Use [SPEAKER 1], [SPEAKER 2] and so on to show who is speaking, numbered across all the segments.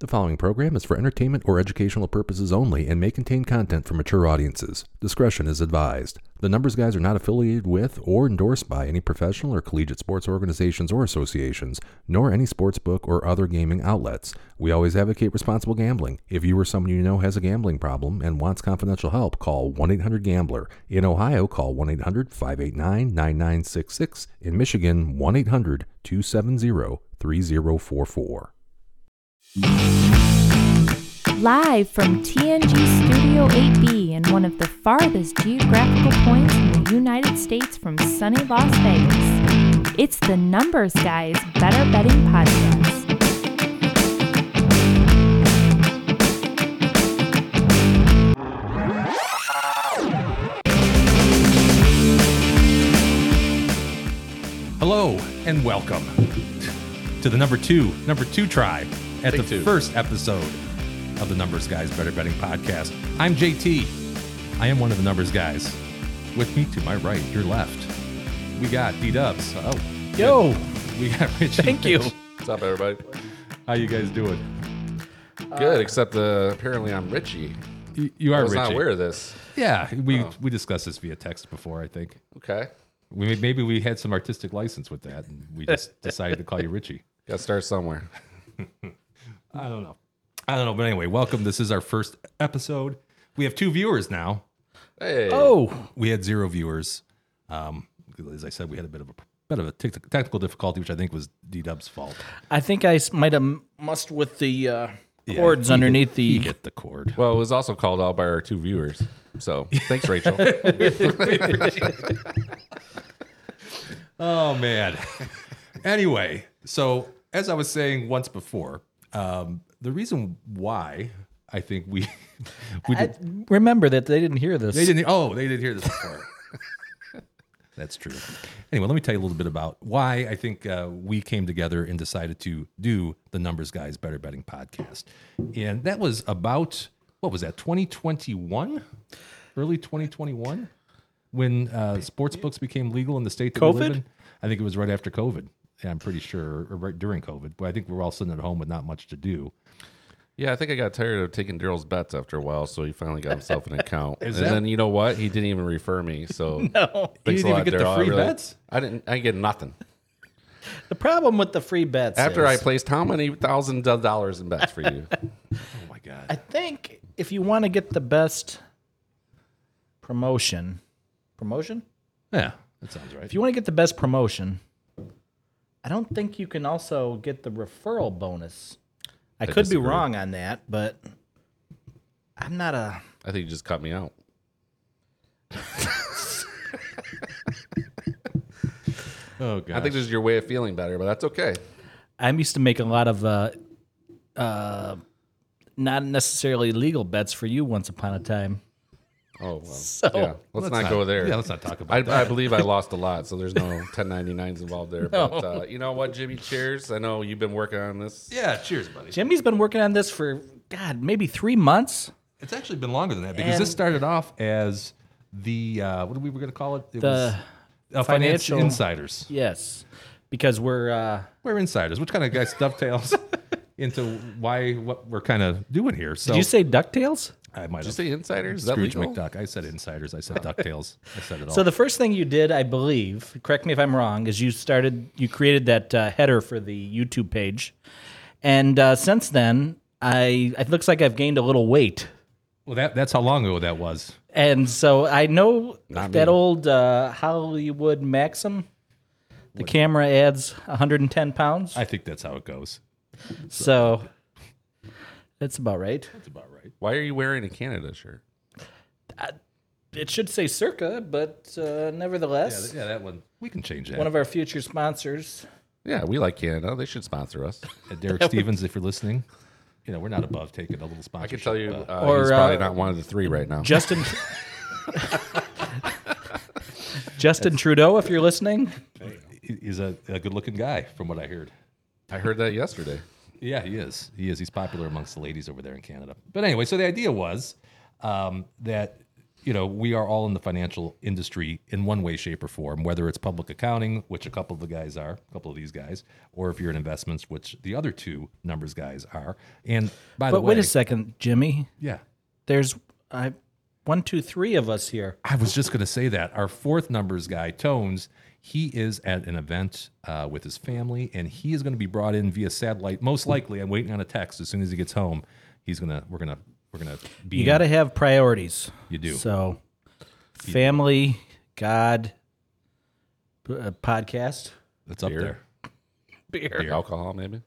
[SPEAKER 1] The following program is for entertainment or educational purposes only and may contain content for mature audiences. Discretion is advised. The Numbers Guys are not affiliated with or endorsed by any professional or collegiate sports organizations or associations, nor any sports book or other gaming outlets. We always advocate responsible gambling. If you or someone you know has a gambling problem and wants confidential help, call 1 800 Gambler. In Ohio, call 1 800 589 9966. In Michigan, 1 800 270 3044.
[SPEAKER 2] Live from TNG Studio 8B in one of the farthest geographical points in the United States from sunny Las Vegas, it's the Numbers Guys Better Betting Podcast.
[SPEAKER 3] Hello and welcome to the number two, number two try at the first episode of the Numbers Guys Better Betting Podcast. I'm JT. I am one of the Numbers Guys. With me to my right, your left, we got D Dubs. Oh,
[SPEAKER 4] Yo,
[SPEAKER 3] we got Richie.
[SPEAKER 4] Thank you.
[SPEAKER 3] Rich.
[SPEAKER 5] What's up, everybody?
[SPEAKER 3] How you guys doing?
[SPEAKER 5] Good, except uh, apparently I'm Richie.
[SPEAKER 3] You, you
[SPEAKER 5] I
[SPEAKER 3] are
[SPEAKER 5] was not
[SPEAKER 3] Richie.
[SPEAKER 5] aware of this.
[SPEAKER 3] Yeah, we
[SPEAKER 4] Oh.
[SPEAKER 3] we discussed this via text before. I think
[SPEAKER 5] Okay,
[SPEAKER 3] we may- maybe we had some artistic license with that, and we just decided to call you Richie.
[SPEAKER 5] got to start somewhere.
[SPEAKER 3] I don't know. I don't know. But anyway, welcome. This is our first episode. We have two viewers now.
[SPEAKER 5] Hey,
[SPEAKER 4] Oh,
[SPEAKER 3] We had zero viewers. Um, as I said, we had a bit of a bit of a tec- technical difficulty, which I think was D Dub's fault.
[SPEAKER 4] I think I s- might have must with the uh, cords
[SPEAKER 3] he
[SPEAKER 4] underneath
[SPEAKER 3] He
[SPEAKER 4] the.
[SPEAKER 3] hit the cord.
[SPEAKER 5] well, it was also called out by our two viewers. So thanks, Rachel.
[SPEAKER 3] Oh man. anyway, so as I was saying once before, um, the reason why I think we we did,
[SPEAKER 4] Remember that they didn't hear this.
[SPEAKER 3] They didn't. Oh, they did hear this before. That's true. Anyway, let me tell you a little bit about why I think uh, we came together and decided to do the Numbers Guys Better Betting podcast, and that was about what was that 2021, early 2021, when uh, sports books became legal in the state. That we live
[SPEAKER 4] COVID?
[SPEAKER 3] in. I think it was right after COVID. Yeah, I'm pretty sure, or right during COVID. But I think we we're all sitting at home with not much to do.
[SPEAKER 5] yeah, I think I got tired of taking Daryl's bets after a while, so he finally got himself an account. and
[SPEAKER 3] that-
[SPEAKER 5] then you know what? He didn't even refer me. So no,
[SPEAKER 3] You didn't even get the free bets?
[SPEAKER 5] I didn't. I get nothing.
[SPEAKER 4] The problem with the free bets.
[SPEAKER 5] After I
[SPEAKER 4] is,
[SPEAKER 5] placed how many thousand do- dollars in bets for you?
[SPEAKER 3] Oh my god!
[SPEAKER 4] I think if you want to get the best promotion, promotion.
[SPEAKER 3] yeah, that sounds right.
[SPEAKER 4] If you want to get the best promotion, I don't think you can also get the referral bonus. I, could
[SPEAKER 5] disagree.
[SPEAKER 4] be wrong on that, but I'm not a.
[SPEAKER 5] I think you just cut me out.
[SPEAKER 3] Oh god!
[SPEAKER 5] I think this is your way of feeling better, but that's okay.
[SPEAKER 4] I used to make a lot of uh, uh, not necessarily legal bets for you once upon a time.
[SPEAKER 5] Oh well.
[SPEAKER 4] So
[SPEAKER 5] yeah, let's, not, go there.
[SPEAKER 3] Yeah, let's not talk about
[SPEAKER 5] I,
[SPEAKER 3] that.
[SPEAKER 5] I believe I lost a lot, so there's no 1099s involved there. But uh, you know what, Jimmy? Cheers. I know you've been working on this.
[SPEAKER 3] Yeah, cheers, buddy.
[SPEAKER 4] Jimmy's been working on this for God, maybe three months.
[SPEAKER 3] It's actually been longer than that because this
[SPEAKER 4] And-
[SPEAKER 3] started off as the uh, what are we were going to call it? It
[SPEAKER 4] The
[SPEAKER 3] was uh, financial
[SPEAKER 4] financial-
[SPEAKER 3] insiders.
[SPEAKER 4] Yes, because we're uh,
[SPEAKER 3] We're insiders, which kind of guys dovetails into why what we're kind of doing here. So
[SPEAKER 4] did you say Ducktales?
[SPEAKER 3] I might have
[SPEAKER 5] Did you say insiders? Is that
[SPEAKER 3] Scrooge
[SPEAKER 5] legal?
[SPEAKER 3] McDuck. I said insiders. I said Ducktales. I said it all.
[SPEAKER 4] So the first thing you did, I believe, correct me if I'm wrong, is you started you created that uh, header for the YouTube page, and uh, since then, I it looks like I've gained a little weight.
[SPEAKER 3] well, that that's how long ago that was.
[SPEAKER 4] And so I know
[SPEAKER 5] Not
[SPEAKER 4] that
[SPEAKER 5] me.
[SPEAKER 4] old uh, Hollywood Maxim. The camera adds 110 pounds,
[SPEAKER 3] I think that's how it goes.
[SPEAKER 4] so that's about right.
[SPEAKER 3] That's about right.
[SPEAKER 5] Why are you wearing a Canada shirt?
[SPEAKER 4] It should say circa, but uh,
[SPEAKER 3] Yeah,
[SPEAKER 4] nevertheless,
[SPEAKER 3] th- yeah, that one. We can change that.
[SPEAKER 4] one of our future sponsors.
[SPEAKER 5] Yeah, we like Canada. They should sponsor us.
[SPEAKER 3] Uh, Derek Stevens, if you're listening, you know we're not above taking a little
[SPEAKER 5] I
[SPEAKER 3] sponsorship.
[SPEAKER 5] can tell you,
[SPEAKER 3] uh,
[SPEAKER 5] uh,
[SPEAKER 4] Or,
[SPEAKER 5] he's probably
[SPEAKER 4] uh,
[SPEAKER 5] not one of the three right now.
[SPEAKER 4] Justin Justin Trudeau, if you're listening.
[SPEAKER 3] he- he's a, a good-looking guy, from what I heard.
[SPEAKER 5] I heard that yesterday.
[SPEAKER 3] Yeah, he is. He is. He's popular amongst the ladies over there in Canada. But anyway, so the idea was um, that you know, we are all in the financial industry in one way, shape, or form, whether it's public accounting, which a couple of the guys are, a couple of these guys, or if you're in investments, which the other two numbers guys are. And by the
[SPEAKER 4] But
[SPEAKER 3] way,
[SPEAKER 4] wait a second, Jimmy.
[SPEAKER 3] yeah,
[SPEAKER 4] There's I, one, two, three of us here.
[SPEAKER 3] I was just going to say that our fourth numbers guy, Tones, he is at an event uh, with his family, and he is going to be brought in via satellite. Most likely, I'm waiting on a text as soon as he gets home. He's gonna, we're gonna, we're gonna be.
[SPEAKER 4] You got to have priorities.
[SPEAKER 3] You do.
[SPEAKER 4] So, family, God, p- uh, podcast.
[SPEAKER 3] It's up
[SPEAKER 5] Beer.
[SPEAKER 3] there.
[SPEAKER 5] Beer. Alcohol, maybe.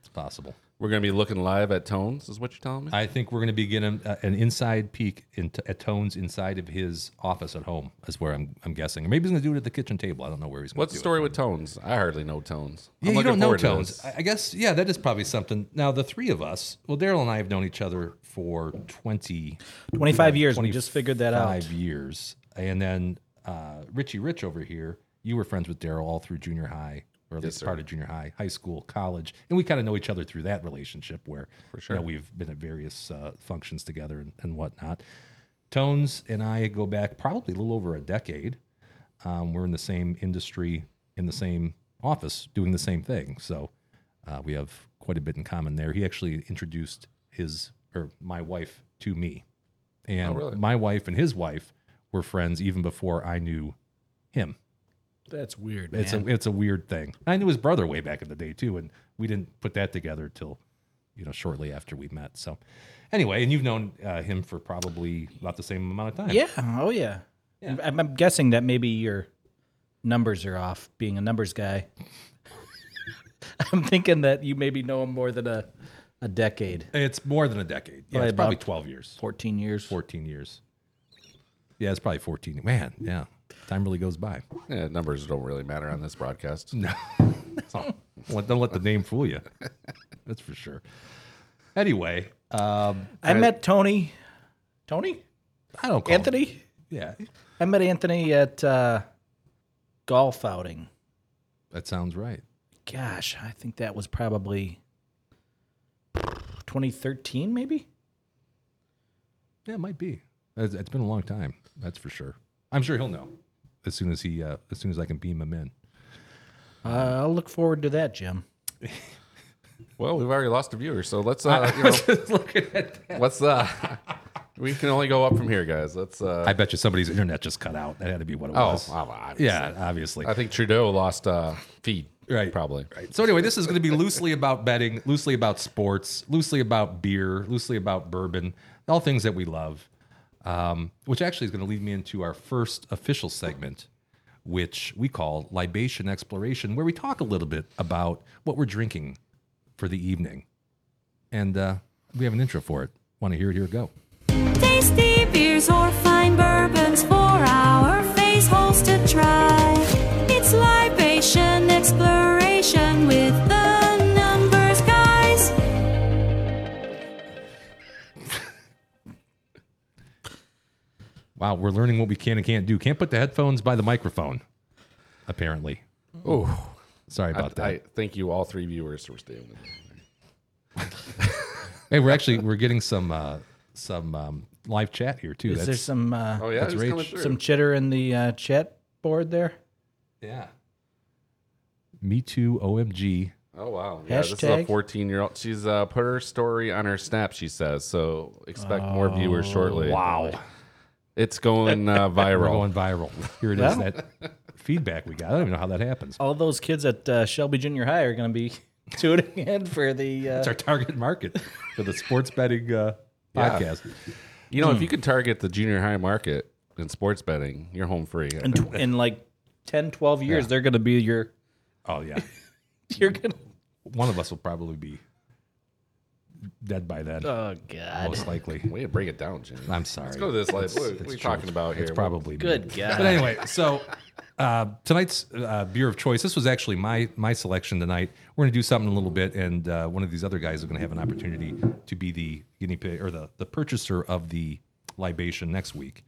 [SPEAKER 3] It's possible.
[SPEAKER 5] We're going to be looking live at Tones, is what you're telling me?
[SPEAKER 3] I think we're going to be getting uh, an inside peek into at Tones inside of his office at home. Is where I'm, I'm guessing. Or maybe he's going to do it at the kitchen table. I don't know where he's. going
[SPEAKER 5] What's the story with Tones? I hardly know Tones.
[SPEAKER 3] Yeah,
[SPEAKER 5] I'm
[SPEAKER 3] you
[SPEAKER 5] looking
[SPEAKER 3] don't know
[SPEAKER 5] forward to
[SPEAKER 3] Tones.
[SPEAKER 5] this.
[SPEAKER 3] I I guess. Yeah, that is probably something. Now the three of us. Well, Daryl and I have known each other for twenty.
[SPEAKER 4] 25 years. We just figured that out.
[SPEAKER 3] Five years, and then uh, Richie Rich over here. You were friends with Daryl all through junior high, or at least part of junior high, high school, college, and we kind of know each other through that relationship, where For sure. we've been at various uh, functions together and, and whatnot. Tones and I go back probably a little over a decade. Um, we're in the same industry, in the same office, doing the same thing. So uh, we have quite a bit in common there. He actually introduced his or my wife to me, and
[SPEAKER 5] really?
[SPEAKER 3] my wife and his wife were friends even before I knew him.
[SPEAKER 4] That's weird.
[SPEAKER 3] It's a it's a weird thing. I knew his brother way back in the day too, and we didn't put that together till you know shortly after we met. So anyway, and you've known uh, him for probably about the same amount of time.
[SPEAKER 4] yeah. Oh, yeah. I'm, I'm guessing that maybe your numbers are off being a numbers guy. I'm thinking that you maybe know him more than a, a decade,
[SPEAKER 3] it's more than a decade. Yeah,
[SPEAKER 4] Probably
[SPEAKER 3] it's probably
[SPEAKER 4] about-
[SPEAKER 3] twelve years,
[SPEAKER 4] 14 years.
[SPEAKER 3] fourteen years. Yeah, it's probably fourteen. Man, yeah, time really goes by.
[SPEAKER 5] Yeah, numbers don't really matter on this broadcast.
[SPEAKER 3] Oh, well, don't let the name fool you. That's for sure. Anyway, um,
[SPEAKER 4] I met Tony. Tony?
[SPEAKER 3] I don't call him-
[SPEAKER 4] Anthony?
[SPEAKER 3] Yeah,
[SPEAKER 4] I met Anthony at uh, golf outing.
[SPEAKER 3] that sounds right.
[SPEAKER 4] Gosh, I think that was probably 2013, maybe.
[SPEAKER 3] Yeah, it might be. It's- it's been a long time. That's for sure. I'm sure he'll know as soon as he uh, as soon as I can beam him in.
[SPEAKER 4] Uh, I'll look forward to that, Jim.
[SPEAKER 5] Well, we've already lost a viewer, so let's uh, you know,
[SPEAKER 3] Looking at that.
[SPEAKER 5] let's uh, we can only go up from here, guys. Let's uh,
[SPEAKER 3] I bet you somebody's internet just cut out. That had to be what it
[SPEAKER 5] oh,
[SPEAKER 3] was.
[SPEAKER 5] well, obviously.
[SPEAKER 3] yeah, obviously.
[SPEAKER 5] I think Trudeau lost uh, feed,
[SPEAKER 3] Right.
[SPEAKER 5] Probably.
[SPEAKER 3] Right. So anyway, this is going to be loosely about betting, loosely about sports, loosely about beer, loosely about bourbon, all things that we love. Um, which actually is going to lead me into our first official segment, which we call libation exploration, where we talk a little bit about what we're drinking for the evening, and uh, we have an intro for it. Want to hear it? Here we go.
[SPEAKER 6] Tasty beers or fine bourbons for our face holes to try. It's libation exploration with the numbers guys.
[SPEAKER 3] Wow, we're learning what we can and can't do. Can't put the headphones by the microphone, apparently.
[SPEAKER 5] Oh,
[SPEAKER 3] Sorry
[SPEAKER 5] I,
[SPEAKER 3] about that.
[SPEAKER 5] I thank you all three viewers for staying with me.
[SPEAKER 3] Hey, we're actually we're getting some uh, some um, live chat here too.
[SPEAKER 4] Is there some uh,
[SPEAKER 5] Oh yeah,
[SPEAKER 3] That's
[SPEAKER 5] who's
[SPEAKER 3] Rach.
[SPEAKER 5] coming through?
[SPEAKER 4] some chitter in the uh, chat board there?
[SPEAKER 3] yeah. Me too. Omg.
[SPEAKER 5] Oh wow! Yeah, this is a
[SPEAKER 4] Hashtag.
[SPEAKER 5] 14 year old. She's uh, put her story on her snap. She says so. Expect more viewers shortly.
[SPEAKER 3] Oh, Wow,
[SPEAKER 5] it's going uh,
[SPEAKER 3] we're
[SPEAKER 5] viral.
[SPEAKER 3] going viral. Here it is.
[SPEAKER 4] Well. Oh.
[SPEAKER 3] That feedback we got. I don't even know how that happens.
[SPEAKER 4] All those kids at uh, Shelby Junior High are going to be tuning in for the. Uh,
[SPEAKER 3] That's our target market for the sports betting uh,
[SPEAKER 5] Yeah.
[SPEAKER 3] podcast.
[SPEAKER 5] You
[SPEAKER 3] hmm.
[SPEAKER 5] know, if you could target the junior high market in sports betting, you're home free.
[SPEAKER 4] in, tw- in like 10, 12 years, they're going to be your.
[SPEAKER 3] Oh yeah,
[SPEAKER 4] You're going to.
[SPEAKER 3] one of us will probably be dead by then,
[SPEAKER 4] Oh, God.
[SPEAKER 3] most likely.
[SPEAKER 5] Way to break it down, Jimmy.
[SPEAKER 3] I'm sorry.
[SPEAKER 5] Let's go to this live. What what are we talking about here?
[SPEAKER 3] It's probably me.
[SPEAKER 4] Good God.
[SPEAKER 3] But anyway, so uh, tonight's uh, beer of choice. This was actually my my selection tonight. We're going to do something in a little bit, and uh, one of these other guys is going to have an opportunity to be the guinea pig or the the purchaser of the libation next week.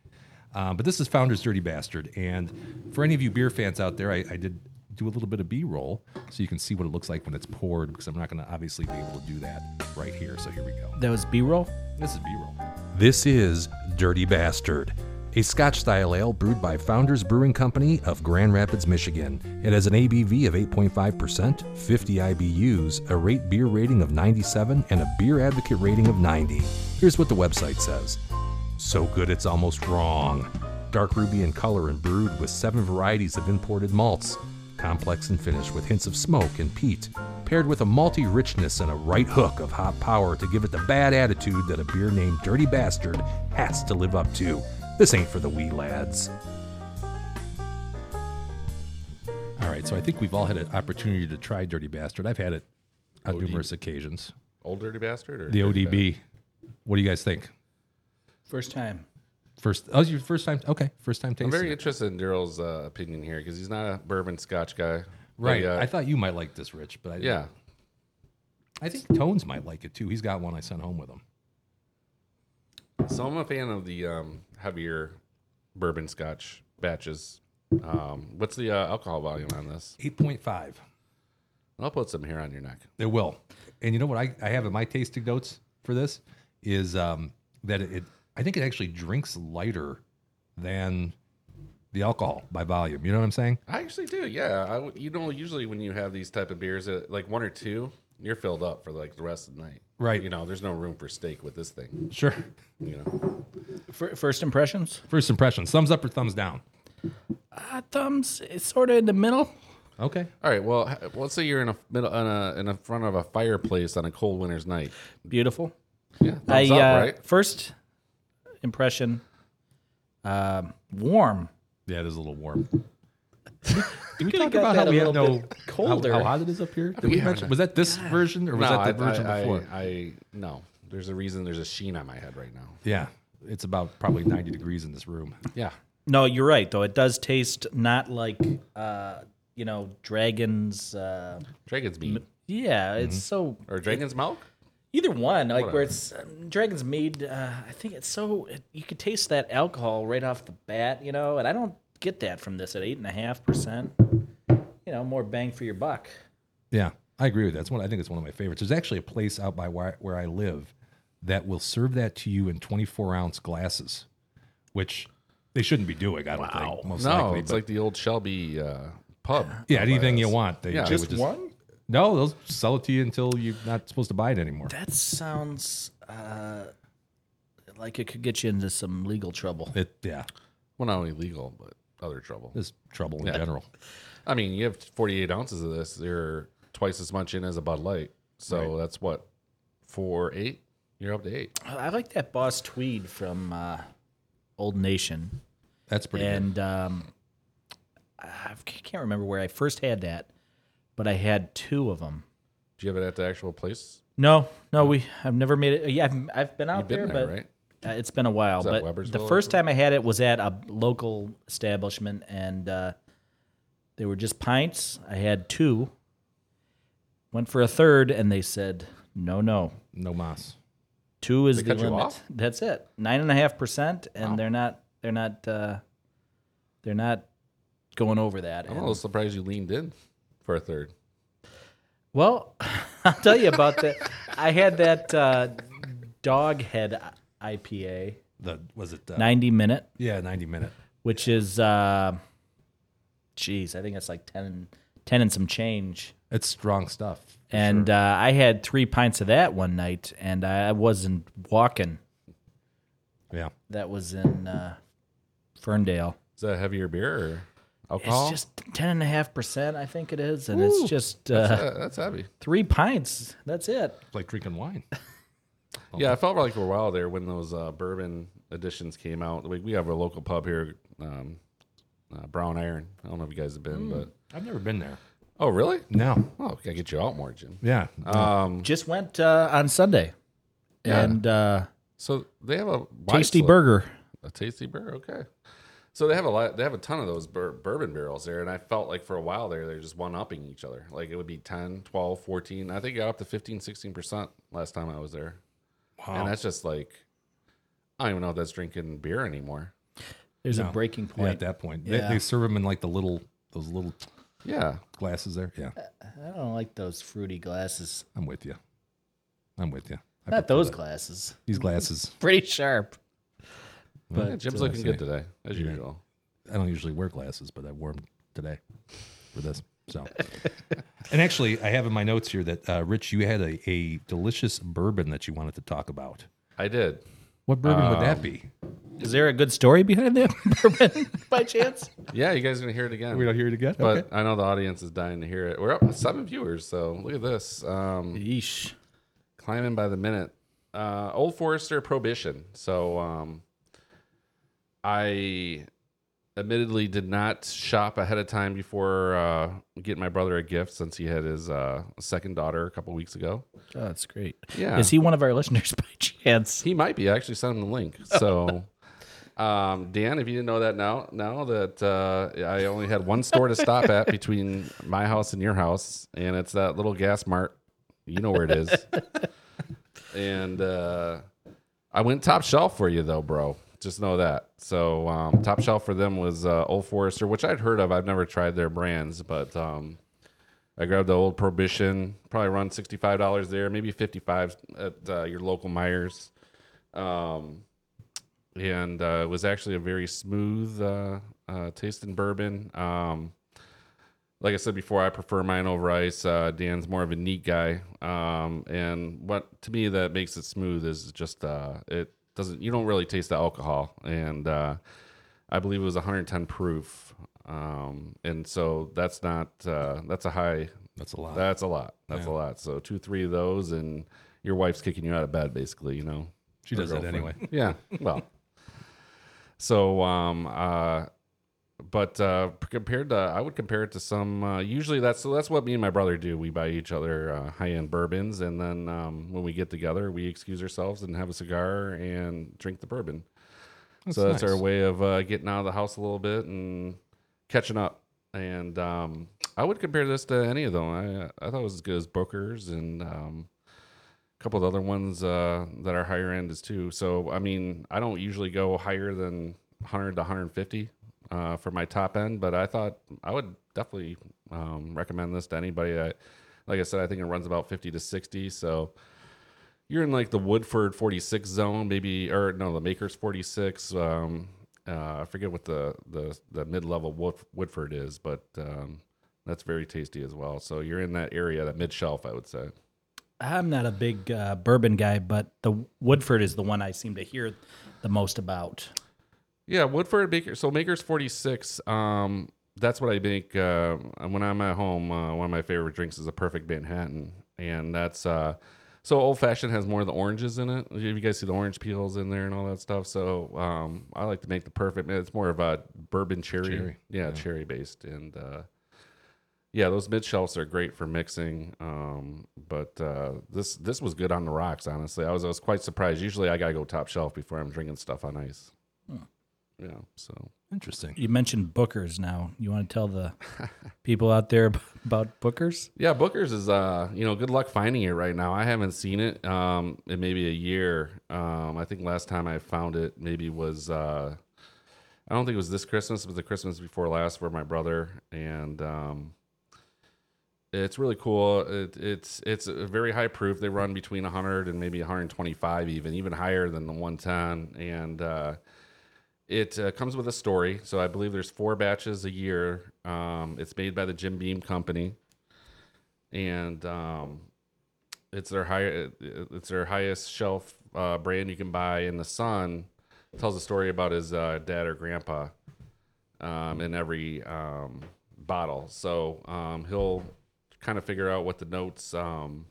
[SPEAKER 3] Uh, but this is Founder's Dirty Bastard, and for any of you beer fans out there, I, I did do a little bit of B-roll so you can see what it looks like when it's poured because I'm not going to obviously be able to do that right here. So here we go.
[SPEAKER 4] That was B roll?
[SPEAKER 3] This is B-roll.
[SPEAKER 1] This is Dirty Bastard, a Scotch style ale brewed by Founders Brewing Company of Grand Rapids, Michigan. It has an ABV of 8.5%, 50 IBUs, a rate beer rating of 97, and a beer advocate rating of 90. Here's what the website says so good it's almost wrong. Dark ruby in color and brewed with seven varieties of imported malts. Complex and finished with hints of smoke and peat, paired with a malty richness and a right hook of hot power to give it the bad attitude that a beer named Dirty Bastard has to live up to. This ain't for the wee lads.
[SPEAKER 3] All right, so I think we've all had an opportunity to try Dirty Bastard. I've had it on numerous occasions.
[SPEAKER 5] Old dirty bastard or
[SPEAKER 3] The
[SPEAKER 5] dirty bastard?
[SPEAKER 3] ODB. What do you guys think?
[SPEAKER 4] First time.
[SPEAKER 3] First, oh, it's your first time. Okay, first time tasting.
[SPEAKER 5] I'm very
[SPEAKER 3] it.
[SPEAKER 5] interested in Daryl's uh, opinion here because he's not a bourbon Scotch guy. But,
[SPEAKER 3] Right.
[SPEAKER 5] uh,
[SPEAKER 3] I thought you might like this, Rich, but I,
[SPEAKER 5] yeah.
[SPEAKER 3] I think Tones might like it too. He's got one I sent home with him.
[SPEAKER 5] So I'm a fan of the um, heavier bourbon Scotch batches. Um, what's the uh, alcohol volume on this?
[SPEAKER 3] Eight point five.
[SPEAKER 5] I'll put some hair on your neck.
[SPEAKER 3] It will. And you know what I, I have in my tasting notes for this is um, that it, I think it actually drinks lighter than the alcohol by volume. You know what I'm saying?
[SPEAKER 5] I actually do. Yeah. I w you know, usually when you have these type of beers, uh, like one or two, you're filled up for like the rest of the night.
[SPEAKER 3] Right.
[SPEAKER 5] You know, there's no room for steak with this thing.
[SPEAKER 3] Sure.
[SPEAKER 5] You know,
[SPEAKER 4] Fir- first impressions?
[SPEAKER 3] First impressions: thumbs up or thumbs down?
[SPEAKER 4] Uh, thumbs sort of in the middle.
[SPEAKER 3] Okay.
[SPEAKER 5] All right. Well, h- let's say you're in a middle, in a, in a front of a fireplace on a cold winter's night.
[SPEAKER 4] Beautiful.
[SPEAKER 5] Yeah, thumbs
[SPEAKER 4] I
[SPEAKER 5] up,
[SPEAKER 4] uh,
[SPEAKER 5] right?
[SPEAKER 4] first impression um, warm.
[SPEAKER 3] Yeah, it is a little warm. Do we
[SPEAKER 4] Could've
[SPEAKER 3] talk
[SPEAKER 4] got
[SPEAKER 3] about how
[SPEAKER 4] that a
[SPEAKER 3] we have
[SPEAKER 4] little
[SPEAKER 3] no
[SPEAKER 4] bit
[SPEAKER 3] how-
[SPEAKER 4] colder.
[SPEAKER 3] How, hot it is up here? Did we mention, was that this version or was that the version
[SPEAKER 5] I,
[SPEAKER 3] before?
[SPEAKER 5] I, I no. There's a reason. There's a sheen on my head right now.
[SPEAKER 3] yeah, it's about probably 90 degrees in this room.
[SPEAKER 5] Yeah.
[SPEAKER 4] No, you're right though. It does taste not like uh, you know dragons. Uh,
[SPEAKER 5] Dragon's meat
[SPEAKER 4] yeah, it's so
[SPEAKER 5] Mm-hmm. or dragon's milk.
[SPEAKER 4] either one like where it's um, dragon's mead. Uh, I think it's so it, you could taste that alcohol right off the bat, you know, and I don't get that from this at eight and a half percent. You know, more bang for your buck.
[SPEAKER 3] Yeah, I agree with that. It's one, I think it's one of my favorites. There's actually a place out by where, where I live that will serve that to you in 24 ounce glasses, which they shouldn't be doing. I don't think most
[SPEAKER 5] No,
[SPEAKER 3] likely.
[SPEAKER 5] it's
[SPEAKER 3] but-
[SPEAKER 5] like the old Shelby uh, pub.
[SPEAKER 3] yeah, anything you want. They,
[SPEAKER 5] Yeah.
[SPEAKER 3] they
[SPEAKER 5] Just
[SPEAKER 3] would No, they'll sell it to you until you're not supposed to buy it anymore.
[SPEAKER 4] That sounds uh, like it could get you into some legal trouble.
[SPEAKER 3] It, yeah,
[SPEAKER 5] Well, not only legal, but other trouble.
[SPEAKER 3] there's trouble in
[SPEAKER 5] Yeah.
[SPEAKER 3] general.
[SPEAKER 5] I mean, you have 48 ounces of this. You're twice as much in as a Bud Light. So that's what four, eight. You're up to eight.
[SPEAKER 4] I like that Boss Tweed from uh, Old Nation,
[SPEAKER 3] That's pretty good.
[SPEAKER 4] and um, I can't remember where I first had that, but I had two of them.
[SPEAKER 5] Do you have it at the actual place?
[SPEAKER 4] No, no, we I've never made it. Yeah, I've, I've been out
[SPEAKER 5] You've been
[SPEAKER 4] there,
[SPEAKER 5] there,
[SPEAKER 4] but
[SPEAKER 5] right?
[SPEAKER 4] uh, it's been a while.
[SPEAKER 5] that
[SPEAKER 4] But
[SPEAKER 5] Webersville
[SPEAKER 4] the
[SPEAKER 5] or
[SPEAKER 4] first time I had it was at a local establishment, and uh, they were just pints. I had two. Went for a third, and they said, "No, no,
[SPEAKER 3] No mas.
[SPEAKER 4] two is
[SPEAKER 5] They
[SPEAKER 4] the
[SPEAKER 5] cut you
[SPEAKER 4] limit.
[SPEAKER 5] off?
[SPEAKER 4] That's it. Nine and a half percent, and they're not. They're not. Uh, they're not going over that.
[SPEAKER 5] I'm a
[SPEAKER 4] And-
[SPEAKER 5] little surprised you leaned in for a third.
[SPEAKER 4] Well, I'll tell you about that. I had that uh, dog head IPA,
[SPEAKER 3] The was it? Uh,
[SPEAKER 4] ninety minute,
[SPEAKER 3] yeah, 90 minute.
[SPEAKER 4] which is, uh, geez, I think it's like 10, 10 and some change.
[SPEAKER 3] It's strong stuff.
[SPEAKER 4] And uh, I had three pints of that one night, and I wasn't walking.
[SPEAKER 3] Yeah,
[SPEAKER 4] That was in uh, Ferndale.
[SPEAKER 5] Is that a heavier beer or
[SPEAKER 4] It's
[SPEAKER 5] alcohol?
[SPEAKER 4] just ten and a half percent, I think it is, and it's just uh,
[SPEAKER 5] Uh, that's heavy.
[SPEAKER 4] three pints. That's it.
[SPEAKER 3] it's like drinking wine.
[SPEAKER 5] Yeah, I felt like for a while there when those uh, bourbon editions came out. We, we have a local pub here, um, uh, Brown Iron. I don't know if you guys have been, but
[SPEAKER 3] I've never been there.
[SPEAKER 5] oh really?
[SPEAKER 3] Hmm. No.
[SPEAKER 5] Oh, gotta get you out more, Jim.
[SPEAKER 3] Yeah.
[SPEAKER 5] Um,
[SPEAKER 4] Just went uh, on Sunday,
[SPEAKER 5] Yeah.
[SPEAKER 4] and. Uh,
[SPEAKER 5] so they have a wide
[SPEAKER 4] tasty
[SPEAKER 5] select-
[SPEAKER 4] burger.
[SPEAKER 5] A tasty burger, okay. So they have a lot. They have a ton of those bur- bourbon barrels there, and I felt like for a while there, they're just one upping each other. Like it would be 10, 12, 14. I think it got up to 15, 16 percent last time I was there,
[SPEAKER 3] Wow.
[SPEAKER 5] and that's just like I don't even know if that's drinking beer anymore.
[SPEAKER 4] There's
[SPEAKER 3] No.
[SPEAKER 4] a breaking
[SPEAKER 3] Yeah,
[SPEAKER 4] point.
[SPEAKER 3] at that point,
[SPEAKER 4] Yeah.
[SPEAKER 3] they, they serve them in like the little those little
[SPEAKER 5] Yeah,
[SPEAKER 3] glasses there. Yeah,
[SPEAKER 4] I don't like those fruity glasses.
[SPEAKER 3] I'm with you. I'm with you. I
[SPEAKER 4] Not
[SPEAKER 3] prefer
[SPEAKER 4] those
[SPEAKER 3] that.
[SPEAKER 4] glasses.
[SPEAKER 3] These glasses.
[SPEAKER 4] Pretty sharp. But
[SPEAKER 5] Yeah, Jim's
[SPEAKER 3] uh,
[SPEAKER 5] looking
[SPEAKER 3] so-
[SPEAKER 5] good today, as
[SPEAKER 3] Yeah.
[SPEAKER 5] usual.
[SPEAKER 3] I don't usually wear glasses, but I wore them today for this. So, and actually, I have in my notes here that uh, Rich, you had a, a delicious bourbon that you wanted to talk about. Um,
[SPEAKER 5] I did.
[SPEAKER 3] What bourbon would that be?
[SPEAKER 4] is there a good story behind that bourbon by chance?
[SPEAKER 5] Yeah, you guys are gonna hear it again.
[SPEAKER 3] We don't hear it again.
[SPEAKER 5] but I know the audience is dying to hear it. We're up to seven viewers, so look at this. Um,
[SPEAKER 4] Yeesh.
[SPEAKER 5] climbing by the minute. Uh, Old Forester Prohibition. So um, I admittedly did not shop ahead of time before uh, getting my brother a gift since he had his uh, second daughter a couple weeks ago.
[SPEAKER 4] Oh, that's great.
[SPEAKER 5] Yeah.
[SPEAKER 4] Is he one of our listeners by chance?
[SPEAKER 5] He might be. I actually sent him the link. So, um, Dan, if you didn't know that now, now that uh, I only had one store to stop at between my house and your house, and it's that little gas mart. You know where it is. and uh, I went top shelf for you, though, bro. Just know that. So, um, top shelf for them was uh, Old Forester, which I'd heard of. I've never tried their brands, but. Um, I grabbed the old Prohibition, probably run sixty-five dollars there, maybe fifty-five at uh, your local Myers um, and uh, it was actually a very smooth uh, uh, taste in bourbon. Um, like I said before, I prefer mine over ice. Uh, Dan's more of a neat guy, um, and what to me that makes it smooth is just uh, it doesn't. You don't really taste the alcohol, and uh, I believe it was 110 proof, um, and so that's not uh, that's a high.
[SPEAKER 3] That's a lot.
[SPEAKER 5] That's a lot. That's a lot. So two, three of those, and your wife's kicking you out of bed, basically. You know,
[SPEAKER 3] she does that anyway.
[SPEAKER 5] yeah. Well. so um uh but uh compared to I would compare it to some uh usually that's so that's what me and my brother do. We buy each other uh, high-end bourbons and then um when we get together, we excuse ourselves and have a cigar and drink the bourbon. so that's our
[SPEAKER 3] nice.
[SPEAKER 5] way of uh getting out of the house a little bit and catching up. And um I would compare this to any of them. I I thought it was as good as Booker's and um couple of other ones uh, that are higher end is too. So I mean, I don't usually go higher than 100 to 150 uh, for my top end, but I thought I would definitely um, recommend this to anybody. I, like I said, I think it runs about 50 to 60. So you're in like the Woodford 46 zone, maybe, or no, the Makers 46. Um, uh, I forget what the the, the mid level Wood, Woodford is, but um, that's very tasty as well. So you're in that area, that mid shelf, I would say.
[SPEAKER 4] I'm not a big uh, bourbon guy, but the Woodford is the one I seem to hear the most about.
[SPEAKER 5] Yeah, Woodford Baker. So Maker's 46. Um, that's what I make uh, when I'm at home. Uh, one of my favorite drinks is a perfect Manhattan, and that's uh, so old fashioned has more of the oranges in it. You guys see the orange peels in there and all that stuff. So um, I like to make the perfect. It's more of a bourbon cherry,
[SPEAKER 3] Cherry,
[SPEAKER 5] Yeah, cherry based, and uh, yeah, those mid shelves are great for mixing. Um, but uh, this this was good on the rocks. Honestly, I was I was quite surprised. Usually, I gotta go top shelf before I'm drinking stuff on ice. Yeah, so
[SPEAKER 3] Interesting.
[SPEAKER 4] You mentioned Booker's now. You want to tell the people out there about Booker's?
[SPEAKER 5] Yeah, Booker's is uh, you know, good luck finding it right now. I haven't seen it um in maybe a year. Um I think last time I found it maybe was uh I don't think it was this Christmas, but the Christmas before last for my brother and um it's really cool. It, it's it's a very high proof. They run between 100 and maybe 125 even, even higher than the 110 and uh it uh, comes with a story. So I believe there's four batches a year. Um, it's made by the Jim Beam Company and um, it's their high it's their highest shelf uh, brand you can buy. And the son tells a story about his uh, dad or grandpa um, in every um, bottle. So um, he'll kind of figure out what the notes um,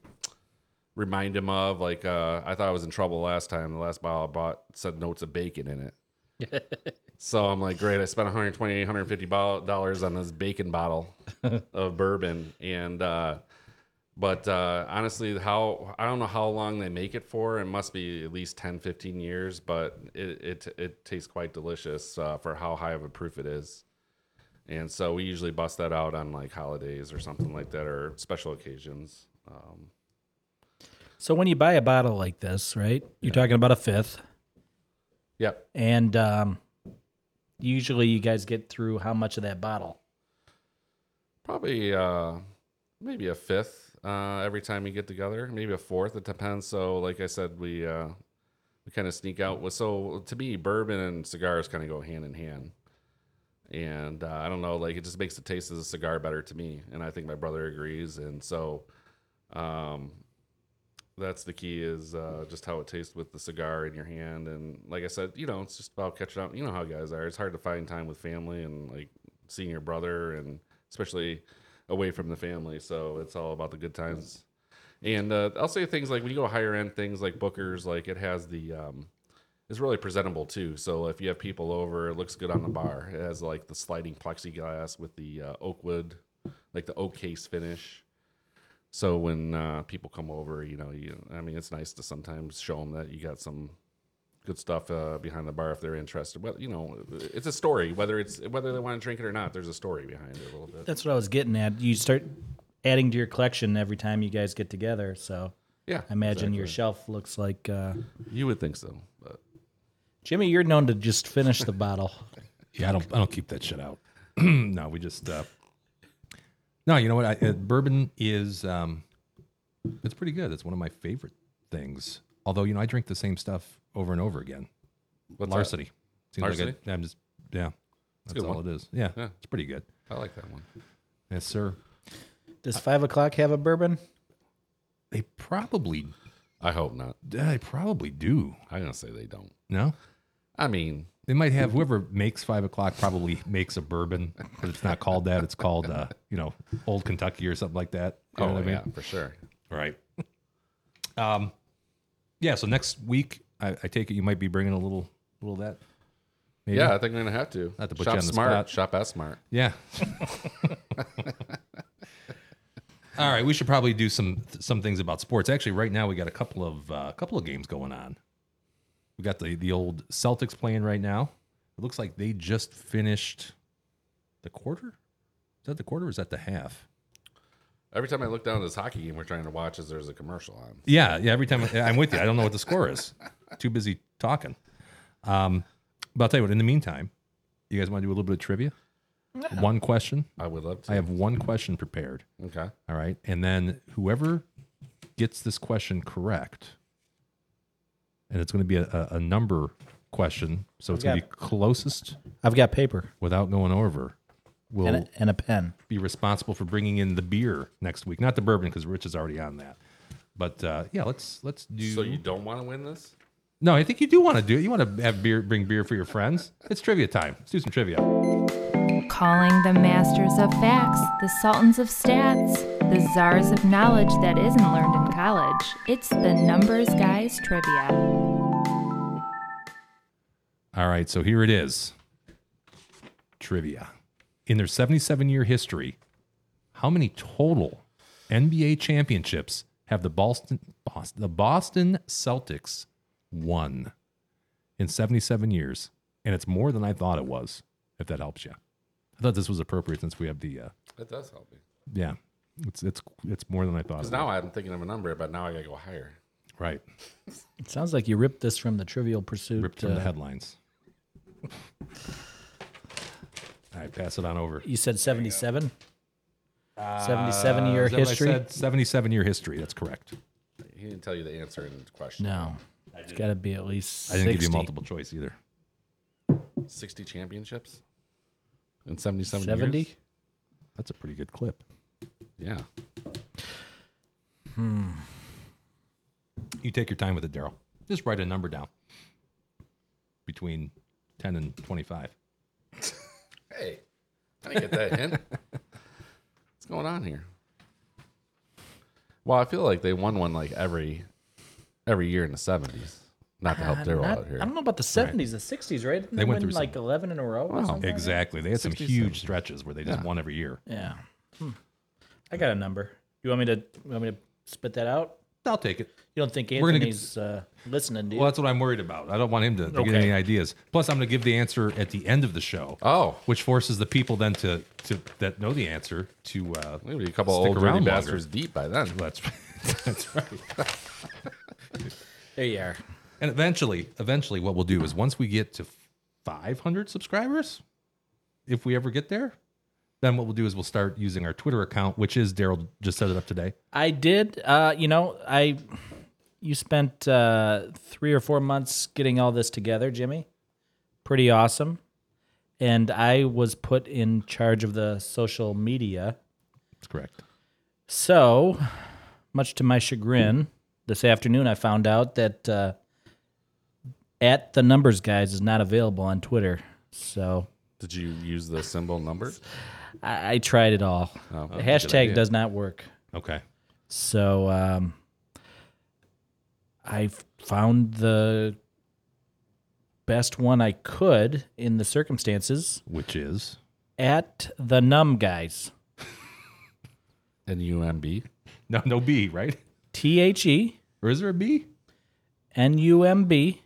[SPEAKER 5] remind him of. Like uh, I thought I was in trouble last time. The last bottle I bought said notes of bacon in it. So I'm like, great. I spent 120, 150 bo- dollars on this bacon bottle of bourbon, and uh, but uh, honestly, how I don't know how long they make it for. It must be at least 10, 15 years, but it it, it tastes quite delicious uh, for how high of a proof it is. And so we usually bust that out on like holidays or something like that, or special occasions. Um,
[SPEAKER 4] So when you buy a bottle like this, right? You're talking about a fifth,
[SPEAKER 5] yep.
[SPEAKER 4] and um, usually you guys get through how much of that bottle?
[SPEAKER 5] probably uh maybe a fifth uh every time we get together maybe a fourth it depends so like i said we uh we kind of sneak out with. So to me, bourbon and cigars kind of go hand in hand. And uh, I don't know, like it just makes the taste of the cigar better to me. And I think my brother agrees. And so um, that's the key is uh, just how it tastes with the cigar in your hand. And like I said, you know, it's just about catching up. You know how guys are. It's hard to find time with family and like seeing your brother and especially away from the family. So it's all about the good times. And uh, I'll say things like when you go higher end things like Booker's, like it has the, um, it's really presentable too. So if you have people over, it looks good on the bar. It has like the sliding plexiglass with the uh, oak wood, like the oak case finish. So when uh, people come over, you know, you, I mean, it's nice to sometimes show them that you got some good stuff uh, behind the bar if they're interested. But you know, it's a story whether it's whether they want to drink it or not. There's a story behind it a little bit.
[SPEAKER 4] That's what I was getting at. You start adding to your collection every time you guys get together. So
[SPEAKER 5] yeah,
[SPEAKER 4] I imagine
[SPEAKER 5] exactly.
[SPEAKER 4] your shelf looks like. Uh,
[SPEAKER 5] You would think so, but
[SPEAKER 4] Jimmy, you're known to just finish the bottle.
[SPEAKER 3] Yeah, I don't. I don't keep that shit out. no, we just. Uh, no, you know what? I, uh, bourbon is. Um, it's pretty good. It's one of my favorite things. Although you know, I drink the same stuff over and over again.
[SPEAKER 5] what's that?
[SPEAKER 3] Larceny. Seems Like
[SPEAKER 5] Larceny?
[SPEAKER 3] I, am just. Yeah, that's
[SPEAKER 5] good
[SPEAKER 3] all
[SPEAKER 5] one.
[SPEAKER 3] it is. Yeah,
[SPEAKER 5] Yeah.
[SPEAKER 3] it's pretty good.
[SPEAKER 5] I like that one.
[SPEAKER 3] Yes, sir.
[SPEAKER 4] Does five o'clock have a bourbon?
[SPEAKER 3] They probably.
[SPEAKER 5] I hope not.
[SPEAKER 3] They probably do.
[SPEAKER 5] I'm gonna say they don't.
[SPEAKER 3] No.
[SPEAKER 5] I mean,
[SPEAKER 3] They might have whoever makes five o'clock probably makes a bourbon, but it's not called that. It's called uh, you know Old Kentucky or something like that. You know
[SPEAKER 5] oh
[SPEAKER 3] what I mean?
[SPEAKER 5] yeah, for sure.
[SPEAKER 3] Right. um, yeah. So next week, I, I take it you might be bringing a little, little of that. Maybe?
[SPEAKER 5] Yeah, I think I'm gonna have to.
[SPEAKER 3] Not to put
[SPEAKER 5] Shop
[SPEAKER 3] you on the
[SPEAKER 5] smart.
[SPEAKER 3] spot.
[SPEAKER 5] Shop as smart.
[SPEAKER 3] Yeah. All right, we should probably do some some things about sports. Actually, right now we got a couple of a couple of games going on. We got the the old Celtics playing right now. It looks like they just finished the quarter. Is that the quarter or is that the half?
[SPEAKER 5] Every time I look down at this hockey game we're trying to watch, is there's a commercial on.
[SPEAKER 3] Yeah, yeah. Every time I- I'm with you, I don't know what the score is. Too busy talking. Um, but I'll tell you what. In the meantime, you guys want to do a little bit of trivia? One question.
[SPEAKER 5] I would love to.
[SPEAKER 3] I have one question prepared.
[SPEAKER 5] okay.
[SPEAKER 3] All right, and then whoever gets this question correct, and it's going to be a, a, a number question, so it's going to
[SPEAKER 4] Okay.
[SPEAKER 3] be closest
[SPEAKER 4] I've got paper
[SPEAKER 3] without going over. Will
[SPEAKER 4] and a, and a pen.
[SPEAKER 3] be responsible for bringing in the beer next week, not the bourbon, because Rich is already on that. But uh, yeah, let's let's do.
[SPEAKER 5] So you don't want to win this?
[SPEAKER 3] No, I think you do want to do it. You want to have beer, bring beer for your friends. It's trivia time. Let's do some trivia.
[SPEAKER 2] Calling the masters of facts, the sultans of stats, the czars of knowledge that isn't learned in college. It's the Numbers Guys Trivia.
[SPEAKER 3] All right, so here it is. Trivia. In their 77 year history, how many total NBA championships have the Boston, Boston the Boston Celtics won in 77 years? And it's more than I thought it was, if that helps you. I thought this was appropriate since we have the uh,
[SPEAKER 5] That does help me.
[SPEAKER 3] yeah. It's it's it's more than I thought.
[SPEAKER 5] Because
[SPEAKER 3] it
[SPEAKER 5] now
[SPEAKER 3] was.
[SPEAKER 5] I'm thinking of a number, but now I gotta go higher.
[SPEAKER 3] right.
[SPEAKER 4] It sounds like you ripped this from the Trivial Pursuit.
[SPEAKER 3] Ripped from
[SPEAKER 4] uh,
[SPEAKER 3] the headlines. All right, pass it on over.
[SPEAKER 4] You said seventy-seven. Seventy-seven year
[SPEAKER 3] Uh, Is that what I
[SPEAKER 4] history.
[SPEAKER 3] said? 77 year history. That's correct.
[SPEAKER 5] He didn't tell you the answer in the question.
[SPEAKER 4] No, it's got to be at least.
[SPEAKER 3] I didn't give you
[SPEAKER 4] 60.
[SPEAKER 3] multiple choice either.
[SPEAKER 5] 60 championships in 77 years?
[SPEAKER 4] 70?
[SPEAKER 3] That's a pretty good clip.
[SPEAKER 5] Yeah.
[SPEAKER 3] You take your time with it, Daryl. Just write a number down between 10 and 25.
[SPEAKER 5] Hey, I didn't get that hint. What's going on here? Well, I feel like they won one like every every year in the 70s. Not to help Daryl
[SPEAKER 4] Not-
[SPEAKER 5] out
[SPEAKER 4] I
[SPEAKER 5] here.
[SPEAKER 4] don't know about the seventies, the sixties, right? Didn't They,
[SPEAKER 3] went
[SPEAKER 4] win
[SPEAKER 3] through some-
[SPEAKER 4] like eleven in a row. or something?
[SPEAKER 3] Exactly. They had some
[SPEAKER 5] 67.
[SPEAKER 3] huge stretches where they just
[SPEAKER 5] Yeah.
[SPEAKER 3] won every year.
[SPEAKER 4] Yeah. Hmm. I got a number. You want me to? You want me to spit that out?
[SPEAKER 3] I'll take it.
[SPEAKER 4] You don't think
[SPEAKER 3] We're gonna get-
[SPEAKER 4] Anthony's uh, listening to you?
[SPEAKER 3] Well, that's what I'm worried about. I don't want him to, to get
[SPEAKER 4] Okay.
[SPEAKER 3] any ideas. Plus, I'm going to give the answer at the end of the show,
[SPEAKER 5] Oh,
[SPEAKER 3] which forces the people then to, to that know the answer to uh,
[SPEAKER 5] we're gonna be a couple
[SPEAKER 3] stick
[SPEAKER 5] old
[SPEAKER 3] around
[SPEAKER 5] dirty
[SPEAKER 3] longer.
[SPEAKER 5] bastards deep by then.
[SPEAKER 3] That's that's right.
[SPEAKER 4] There you are.
[SPEAKER 3] And eventually, eventually, what we'll do is once we get to 500 subscribers, if we ever get there, then what we'll do is we'll start using our Twitter account, which is Daryl just set it up today.
[SPEAKER 4] I did. Uh, you know, I you spent uh, three or four months getting all this together, Jimmy. Pretty awesome. And I was put in charge of the social media.
[SPEAKER 3] That's correct.
[SPEAKER 4] So, much to my chagrin, this afternoon I found out that uh, at the numbers guys is not available on Twitter. So
[SPEAKER 5] Did you use the symbol number?
[SPEAKER 4] I, I tried it all.
[SPEAKER 5] Oh,
[SPEAKER 4] The hashtag does not work.
[SPEAKER 3] Okay.
[SPEAKER 4] So um, I found the best one I could in the circumstances
[SPEAKER 3] Which is
[SPEAKER 4] at the numb guys.
[SPEAKER 5] And UMB.
[SPEAKER 3] no no B, right?
[SPEAKER 4] T H E
[SPEAKER 3] Or is there a B?
[SPEAKER 4] N U M B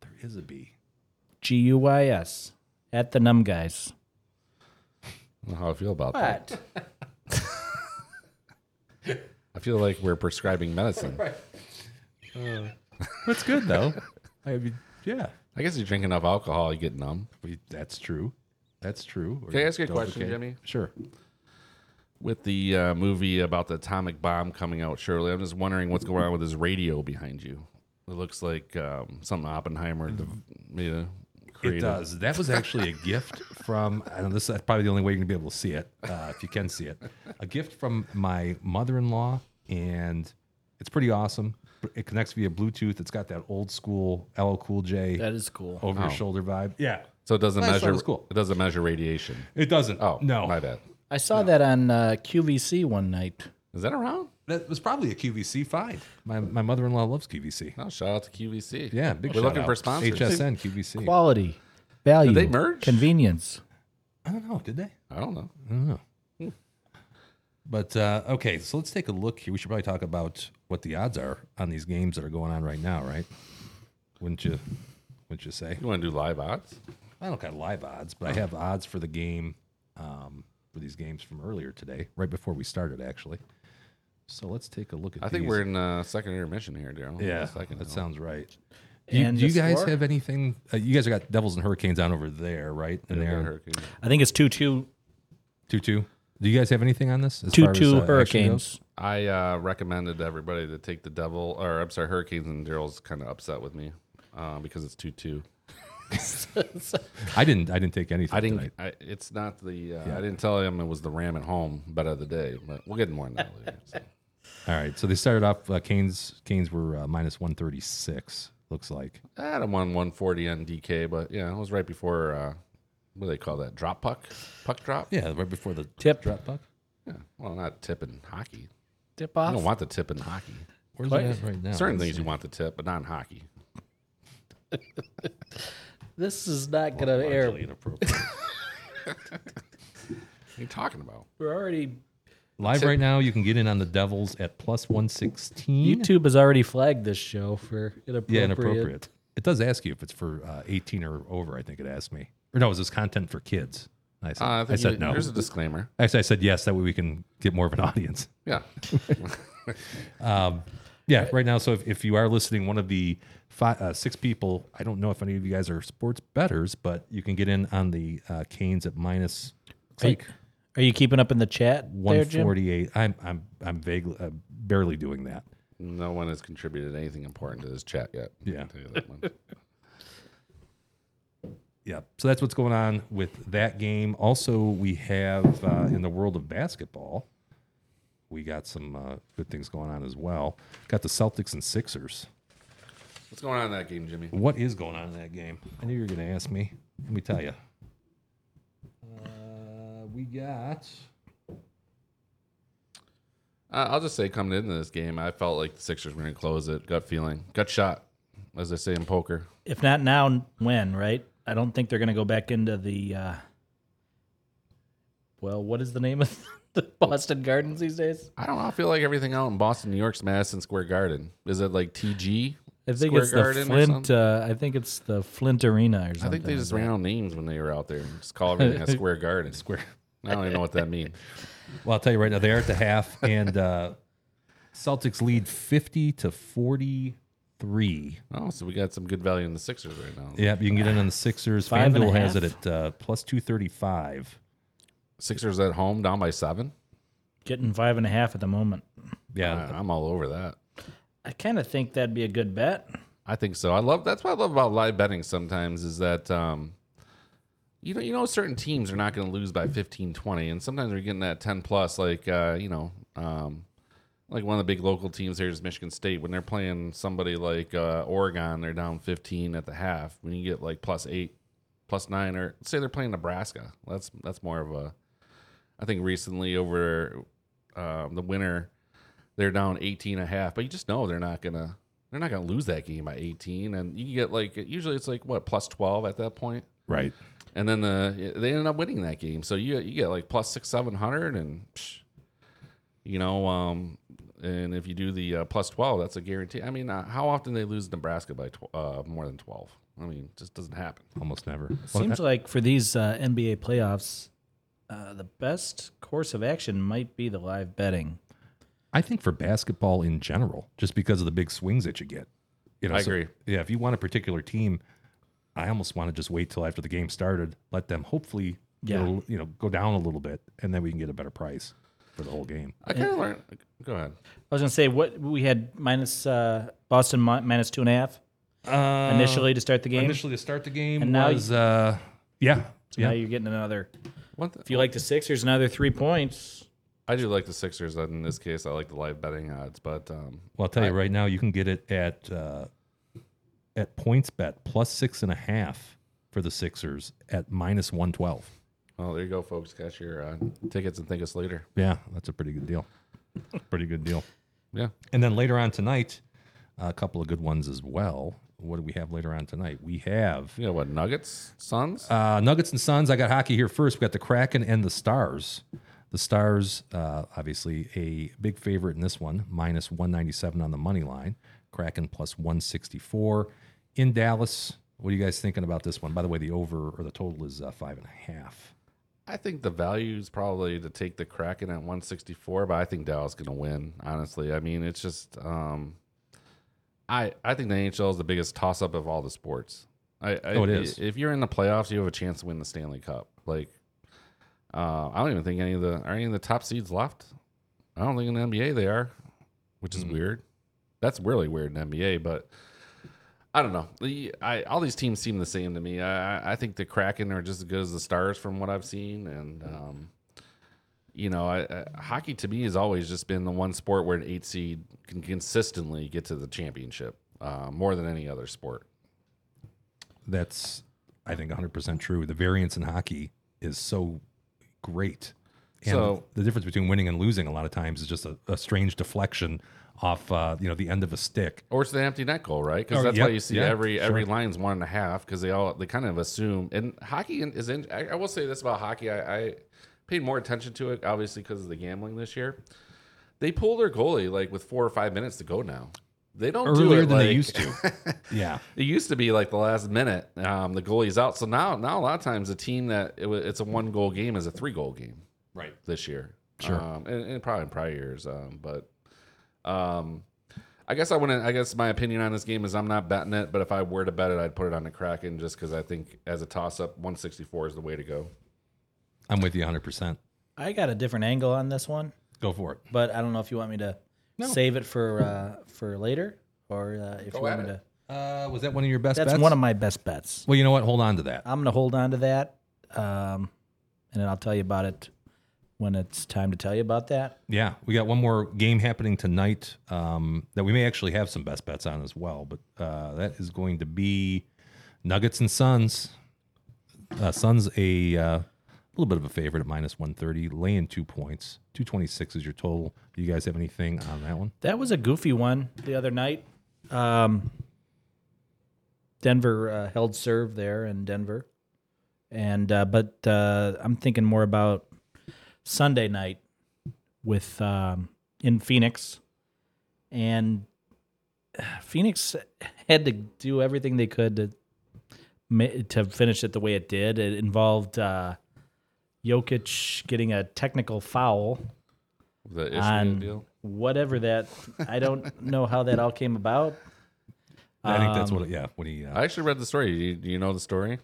[SPEAKER 3] There is a B.
[SPEAKER 4] G U I S at the numb guys.
[SPEAKER 5] I don't know how I feel about that.
[SPEAKER 4] But
[SPEAKER 5] I feel like we're prescribing medicine.
[SPEAKER 3] That's good though. I mean, yeah.
[SPEAKER 5] I guess you drink enough alcohol, you get numb.
[SPEAKER 3] We, that's true. That's true. Or
[SPEAKER 5] Can I ask you a
[SPEAKER 3] don't-
[SPEAKER 5] question,
[SPEAKER 3] okay.
[SPEAKER 5] Jimmy?
[SPEAKER 3] Sure.
[SPEAKER 5] With the uh, movie about the atomic bomb coming out shortly, I'm just wondering what's going on with this radio behind you. It looks like um, something Oppenheimer de- made a
[SPEAKER 3] Mm-hmm. It
[SPEAKER 5] creative.
[SPEAKER 3] does. That was actually a gift from, and this is probably the only way you're going to be able to see it, uh, if you can see it. A gift from my mother in law, and it's pretty awesome. It connects via Bluetooth. It's got that old school LL Cool J
[SPEAKER 4] that is cool.
[SPEAKER 3] over
[SPEAKER 5] oh.
[SPEAKER 3] your shoulder vibe. Yeah.
[SPEAKER 5] So it doesn't
[SPEAKER 3] I thought it
[SPEAKER 5] measure.
[SPEAKER 3] was cool.
[SPEAKER 5] It doesn't measure radiation.
[SPEAKER 3] It doesn't.
[SPEAKER 5] Oh
[SPEAKER 3] no.
[SPEAKER 5] my bad.
[SPEAKER 4] I saw that on uh, QVC one night.
[SPEAKER 5] Is that around?
[SPEAKER 3] That was probably a QVC find. My, my mother in law loves QVC.
[SPEAKER 5] Oh, shout out to QVC.
[SPEAKER 3] Yeah. Big
[SPEAKER 5] We're
[SPEAKER 3] shout
[SPEAKER 5] looking
[SPEAKER 3] out.
[SPEAKER 5] for sponsors.
[SPEAKER 3] HSN, QVC.
[SPEAKER 4] Quality, value,
[SPEAKER 5] they merge?
[SPEAKER 4] convenience.
[SPEAKER 3] I don't know. Did they?
[SPEAKER 5] I don't know.
[SPEAKER 3] But uh, okay, so let's take a look here. We should probably talk about what the odds are on these games that are going on right now, right? Wouldn't you? Wouldn't you say?
[SPEAKER 5] You want to do live odds?
[SPEAKER 3] I don't got live odds, but I have odds for the game um, for these games from earlier today, right before we started, actually. So let's take a look at.
[SPEAKER 5] I think
[SPEAKER 3] these.
[SPEAKER 5] we're in uh, second intermission here, Daryl.
[SPEAKER 3] yeah.
[SPEAKER 5] Second
[SPEAKER 3] That
[SPEAKER 5] now.
[SPEAKER 3] sounds right. Do you,
[SPEAKER 4] And
[SPEAKER 3] do you
[SPEAKER 4] the
[SPEAKER 3] guys
[SPEAKER 4] score?
[SPEAKER 3] have anything? Uh, you guys have got Devils and Hurricanes on over there, right? And
[SPEAKER 5] Yeah,
[SPEAKER 3] they're
[SPEAKER 5] hurricane.
[SPEAKER 4] I think it's two two
[SPEAKER 3] two two. Do you guys have anything on this? as far
[SPEAKER 4] two
[SPEAKER 3] as,
[SPEAKER 4] two
[SPEAKER 3] uh, action goes?
[SPEAKER 4] hurricanes.
[SPEAKER 5] I uh, recommended to everybody to take the devil, or I'm sorry, Hurricanes, and Daryl's kind of upset with me uh, because it's two two.
[SPEAKER 3] I didn't. I didn't take anything.
[SPEAKER 5] I didn't.
[SPEAKER 3] tonight.
[SPEAKER 5] I, it's not the. Uh, I didn't tell him it was the Ram at home bet of the day, but we'll get more on that later. So.
[SPEAKER 3] All right, so they started off. Uh, Canes Canes were uh, minus one thirty six. Looks like
[SPEAKER 5] I had him on 140 on DK, but yeah, it was right before. Uh, what do they call that? Drop puck, puck drop.
[SPEAKER 3] yeah, right before the
[SPEAKER 4] Tip.
[SPEAKER 3] drop puck.
[SPEAKER 5] Yeah. Well, not tip in hockey.
[SPEAKER 4] Dip
[SPEAKER 5] I
[SPEAKER 4] off.
[SPEAKER 5] don't want the tip in hockey.
[SPEAKER 3] Where's
[SPEAKER 4] Play.
[SPEAKER 3] it at right now?
[SPEAKER 5] Certain things you want the tip, but not in hockey.
[SPEAKER 4] This is not going to air.
[SPEAKER 3] inappropriate.
[SPEAKER 5] What are you talking about?
[SPEAKER 4] We're already.
[SPEAKER 3] Live right now, you can get in on the Devils at plus one sixteen.
[SPEAKER 4] YouTube has already flagged this show for inappropriate.
[SPEAKER 3] Yeah, inappropriate. It does ask you if it's for uh, eighteen or over. I think it asked me, or no, is this content for kids? And I said,
[SPEAKER 5] Uh, I,
[SPEAKER 3] I,
[SPEAKER 5] think
[SPEAKER 3] said
[SPEAKER 5] you-
[SPEAKER 3] no.
[SPEAKER 5] Here's a disclaimer.
[SPEAKER 3] Actually, I said yes. That way we can get more of an audience.
[SPEAKER 5] Yeah.
[SPEAKER 3] Yeah, right now. So if, if you are listening, one of the five, uh, six people, I don't know if any of you guys are sports betters, but you can get in on the uh, Canes at minus it's
[SPEAKER 4] Are you,
[SPEAKER 3] like
[SPEAKER 4] are you keeping up in the chat there, Jim?
[SPEAKER 3] 148. I'm I'm I'm vaguely uh, barely doing that.
[SPEAKER 5] No one has contributed anything important to this chat yet.
[SPEAKER 3] Yeah.
[SPEAKER 5] I'll tell you that one.
[SPEAKER 3] Yeah. So that's what's going on with that game. Also, we have uh, in the world of basketball, we got some uh, good things going on as well. Got the Celtics and Sixers.
[SPEAKER 5] What's going on in that game, Jimmy?
[SPEAKER 3] What is going on in that game? I knew you were going to ask me. Let me tell you. Uh, we got.
[SPEAKER 5] Uh, I'll just say, coming into this game, I felt like the Sixers were going to close it. Gut feeling, gut shot, as they say in poker.
[SPEAKER 4] If not now, when? Right? I don't think they're going to go back into the. Uh, well, what is the name of the Boston Gardens these days?
[SPEAKER 5] I don't know. I feel like everything out in Boston, New York's Madison Square Garden. Is it like TG?
[SPEAKER 4] I think
[SPEAKER 5] Square
[SPEAKER 4] it's
[SPEAKER 5] Garden
[SPEAKER 4] the
[SPEAKER 5] or
[SPEAKER 4] Flint.
[SPEAKER 5] something?
[SPEAKER 4] Uh, I think it's the Flint Arena or something.
[SPEAKER 5] I think they just ran out names when they were out there. and Just call everything a square garden. Square. I don't even know what that means.
[SPEAKER 3] Well, I'll tell you right now, they are at the half, and uh, Celtics lead 50 to 43.
[SPEAKER 5] Oh, so we got some good value in the Sixers right now.
[SPEAKER 3] Yep, you can get in on the Sixers.
[SPEAKER 4] Five and a
[SPEAKER 3] FanDuel has it at
[SPEAKER 4] half?
[SPEAKER 3] uh, plus 235.
[SPEAKER 5] Sixers at home, down by seven.
[SPEAKER 4] getting five and a half at the moment.
[SPEAKER 3] Yeah.
[SPEAKER 5] I- I'm all over that.
[SPEAKER 4] I I kind of think that'd be a good bet.
[SPEAKER 5] I think so. I love that's what I love about live betting sometimes is that um you know you know certain teams are not going to lose by 15 20 and sometimes we're getting that 10 plus like uh you know um like one of the big local teams here is Michigan State when they're playing somebody like uh Oregon they're down 15 at the half when you get like plus 8 plus 9 or say they're playing Nebraska. That's that's more of a I think recently over um, the winter they're down 18 and a half but you just know they're not gonna they're not gonna lose that game by 18 and you can get like usually it's like what plus 12 at that point
[SPEAKER 3] Right.
[SPEAKER 5] and then the, they ended up winning that game so you, you get like plus six seven hundred and psh, you know um and if you do the uh, plus 12 that's a guarantee i mean uh, how often they lose nebraska by tw- uh, more than 12 i mean it just doesn't happen
[SPEAKER 3] Almost never.
[SPEAKER 4] Seems like for these uh, NBA playoffs, uh, the best course of action might be the live betting.
[SPEAKER 3] I think for basketball in general, just because of the big swings that you get. You know,
[SPEAKER 5] I agree.
[SPEAKER 3] Yeah, if you want a particular team, I almost want to just wait till after the game started, let them hopefully
[SPEAKER 4] Yeah.
[SPEAKER 3] it'll, you know go down a little bit, and then we can get a better price for the whole game.
[SPEAKER 5] i kind of learned go ahead
[SPEAKER 4] I was gonna say what we had minus uh, Boston mi- minus two and a half
[SPEAKER 3] Uh,
[SPEAKER 4] initially to start the game.
[SPEAKER 3] initially to start the game
[SPEAKER 4] And now
[SPEAKER 3] was uh, yeah
[SPEAKER 4] so now
[SPEAKER 3] yeah
[SPEAKER 4] you're getting another.
[SPEAKER 5] One th-
[SPEAKER 4] If you like the Sixers, another three points.
[SPEAKER 5] i do like the sixers in this case i like the live betting odds but um
[SPEAKER 3] Well, I'll tell you right now, you can get it at uh, at points bet plus six and a half for the Sixers at minus one twelve.
[SPEAKER 5] well there you go folks catch your uh, tickets and think us later
[SPEAKER 3] Yeah, that's a pretty good deal. pretty good deal.
[SPEAKER 5] yeah
[SPEAKER 3] And then later on tonight, a couple of good ones as well. What do we have later on tonight? We have
[SPEAKER 5] you know what nuggets suns
[SPEAKER 3] uh, Nuggets and Suns. I got hockey here first. We got the Kraken and the Stars. The Stars, uh, obviously, a big favorite in this one, minus 197 on the money line. Kraken plus 164 in Dallas. What are you guys thinking about this one? By the way, the over or the total is uh, five and a half.
[SPEAKER 5] I think the value is probably to take the Kraken at 164, but I think Dallas going to win. Honestly, I mean, it's just um, I I think the NHL is the biggest toss up of all the sports. I, I,
[SPEAKER 3] Oh, it is.
[SPEAKER 5] If you're in the playoffs, you have a chance to win the Stanley Cup. Like, uh, I don't even think any of the are any of the top seeds left. I don't think in the NBA they are, which
[SPEAKER 3] Hmm.
[SPEAKER 5] is weird. That's really weird in NBA, but I don't know. The- I, all these teams seem the same to me. I, I- I think the Kraken are just as good as the Stars from what I've seen, and um, you know, I, I, hockey to me has always just been the one sport where an eight seed can consistently get to the championship uh, more than any other sport.
[SPEAKER 3] That's, I think, 100% true. The variance in hockey is so great. And
[SPEAKER 5] So-
[SPEAKER 3] the difference between winning and losing a lot of times is just a, a strange deflection off, uh, you know, the end of a stick.
[SPEAKER 5] Or it's the empty net goal, right? Because
[SPEAKER 3] Oh,
[SPEAKER 5] that's why
[SPEAKER 3] yep,
[SPEAKER 5] you see
[SPEAKER 3] yeah,
[SPEAKER 5] every
[SPEAKER 3] sure.
[SPEAKER 5] every line's one and a half because they all they kind of assume. And hockey in- is in. I, I will say this about hockey: I, I paid more attention to it, obviously, because of the gambling this year. They pull their goalie like with four or five minutes to go now. They don't do
[SPEAKER 3] Earlier
[SPEAKER 5] it
[SPEAKER 3] than they
[SPEAKER 5] like-
[SPEAKER 3] used to. Yeah.
[SPEAKER 5] It used to be like the last minute, um, the goalie's out. So now, now a lot of times, a team that it, wa- it's a one goal game is a three goal game. Right. This year,
[SPEAKER 3] Sure.
[SPEAKER 5] um, and, and probably in prior years, um, but um, I guess I wouldn't. I guess my opinion on this game is I'm not betting it, but if I were to bet it, I'd put it on the Kraken just because I think as a toss up, 164 is the way to go.
[SPEAKER 3] I'm with you 100%.
[SPEAKER 4] I got a different angle on this one,
[SPEAKER 3] Go for it.
[SPEAKER 4] but I don't know if you want me to save it for uh, for later or uh, if you
[SPEAKER 5] at
[SPEAKER 4] want me
[SPEAKER 5] it.
[SPEAKER 4] to.
[SPEAKER 3] Uh, was that one of your best
[SPEAKER 4] That's
[SPEAKER 3] bets?
[SPEAKER 4] one of my best bets.
[SPEAKER 3] Well, you know what? Hold on to that.
[SPEAKER 4] I'm gonna hold on to that, um, and then I'll tell you about it when it's time to tell you about that.
[SPEAKER 3] Yeah, we got one more game happening tonight um, that we may actually have some best bets on as well. But uh, that is going to be Nuggets and Suns. Uh, Suns a uh, little bit of a favorite at minus one thirty, laying two points. Two twenty six is your total. Do you guys have anything on that one?
[SPEAKER 4] That was a goofy one the other night. Um, Denver uh, held serve there in Denver, and uh, but uh, I'm thinking more about Sunday night with um, in Phoenix, and uh, Phoenix had to do everything they could to ma- to finish it the way it did. It involved uh, Jokic getting a technical foul
[SPEAKER 5] The issue
[SPEAKER 4] on
[SPEAKER 5] deal.
[SPEAKER 4] whatever that I don't know how that all came about.
[SPEAKER 3] I think that's what. Yeah, when he. Uh,
[SPEAKER 5] I actually read the story. You, you know the story?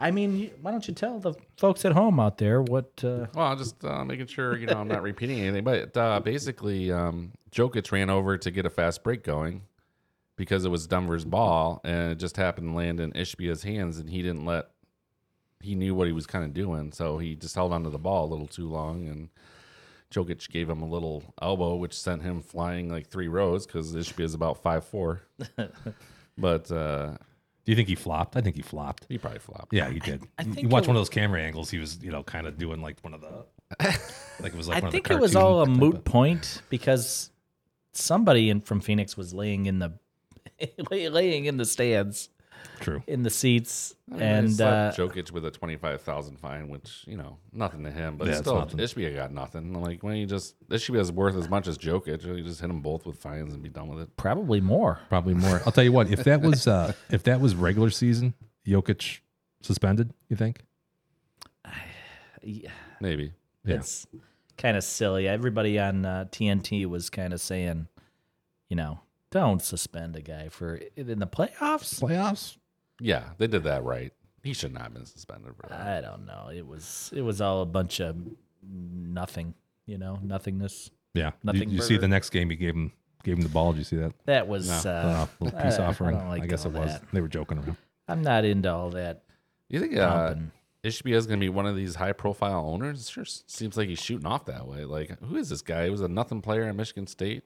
[SPEAKER 4] I mean, you- why don't you tell the folks at home out there what? Uh,
[SPEAKER 5] Well, I'm just uh, making sure you know I'm not repeating anything. But uh, basically, um, Jokic ran over to get a fast break going because it was Denver's ball and it just happened to land in Ishbia's hands and he didn't let he knew what he was kind of doing, so he just held onto the ball a little too long and Jokic gave him a little elbow, which sent him flying like three rows because Ishbia is about five four. but uh,
[SPEAKER 3] Do you think he flopped? I think he flopped.
[SPEAKER 5] he probably flopped.
[SPEAKER 3] Yeah, he did.
[SPEAKER 4] I
[SPEAKER 3] You- you
[SPEAKER 4] think
[SPEAKER 3] watch
[SPEAKER 4] it
[SPEAKER 3] one of those camera angles. He was, you know, kind of doing like one of the, like it was like
[SPEAKER 4] I
[SPEAKER 3] one
[SPEAKER 4] think
[SPEAKER 3] of the
[SPEAKER 4] it was all a
[SPEAKER 3] cartoon
[SPEAKER 4] moot
[SPEAKER 3] type of-
[SPEAKER 4] point because somebody in from Phoenix was laying in the laying in the stands
[SPEAKER 3] True.
[SPEAKER 4] in the seats
[SPEAKER 5] I mean, they
[SPEAKER 4] and uh,
[SPEAKER 5] slapped Jokic with a twenty five thousand fine, which you know nothing to him, but
[SPEAKER 3] Yeah, it's
[SPEAKER 5] still
[SPEAKER 3] nothing.
[SPEAKER 5] Ishbia got nothing. I'm like, when you just Ishbia is worth as much as Jokic, you just hit them both with fines and be done with it.
[SPEAKER 4] probably more.
[SPEAKER 3] Probably more. I'll tell you what. If that was uh if that was regular season, Jokic suspended. You think?
[SPEAKER 4] Yeah,
[SPEAKER 5] Maybe
[SPEAKER 3] Yeah.
[SPEAKER 4] It's kind of silly. Everybody on uh, TNT was kind of saying, you know, don't suspend a guy for in the playoffs.
[SPEAKER 3] Playoffs.
[SPEAKER 5] Yeah, they did that right. He should not have been suspended for that.
[SPEAKER 4] I don't know. It was it was all a bunch of nothing, you know, nothingness.
[SPEAKER 3] Yeah. Did
[SPEAKER 4] Nothing
[SPEAKER 3] you see
[SPEAKER 4] burger.
[SPEAKER 3] the next game? He gave him gave him the ball. Did you see that?
[SPEAKER 4] That was uh,
[SPEAKER 3] Uh, little peace
[SPEAKER 4] I- I
[SPEAKER 3] offering.
[SPEAKER 4] don't like
[SPEAKER 3] I guess it
[SPEAKER 4] all
[SPEAKER 3] was.
[SPEAKER 4] that.
[SPEAKER 3] They were joking around.
[SPEAKER 4] I'm not into all that.
[SPEAKER 5] You think uh,
[SPEAKER 4] Dumping.
[SPEAKER 5] Ishbia is going to be one of these high profile owners? It sure seems like he's shooting off that way. Like, who is this guy? He was a nothing player in Michigan State.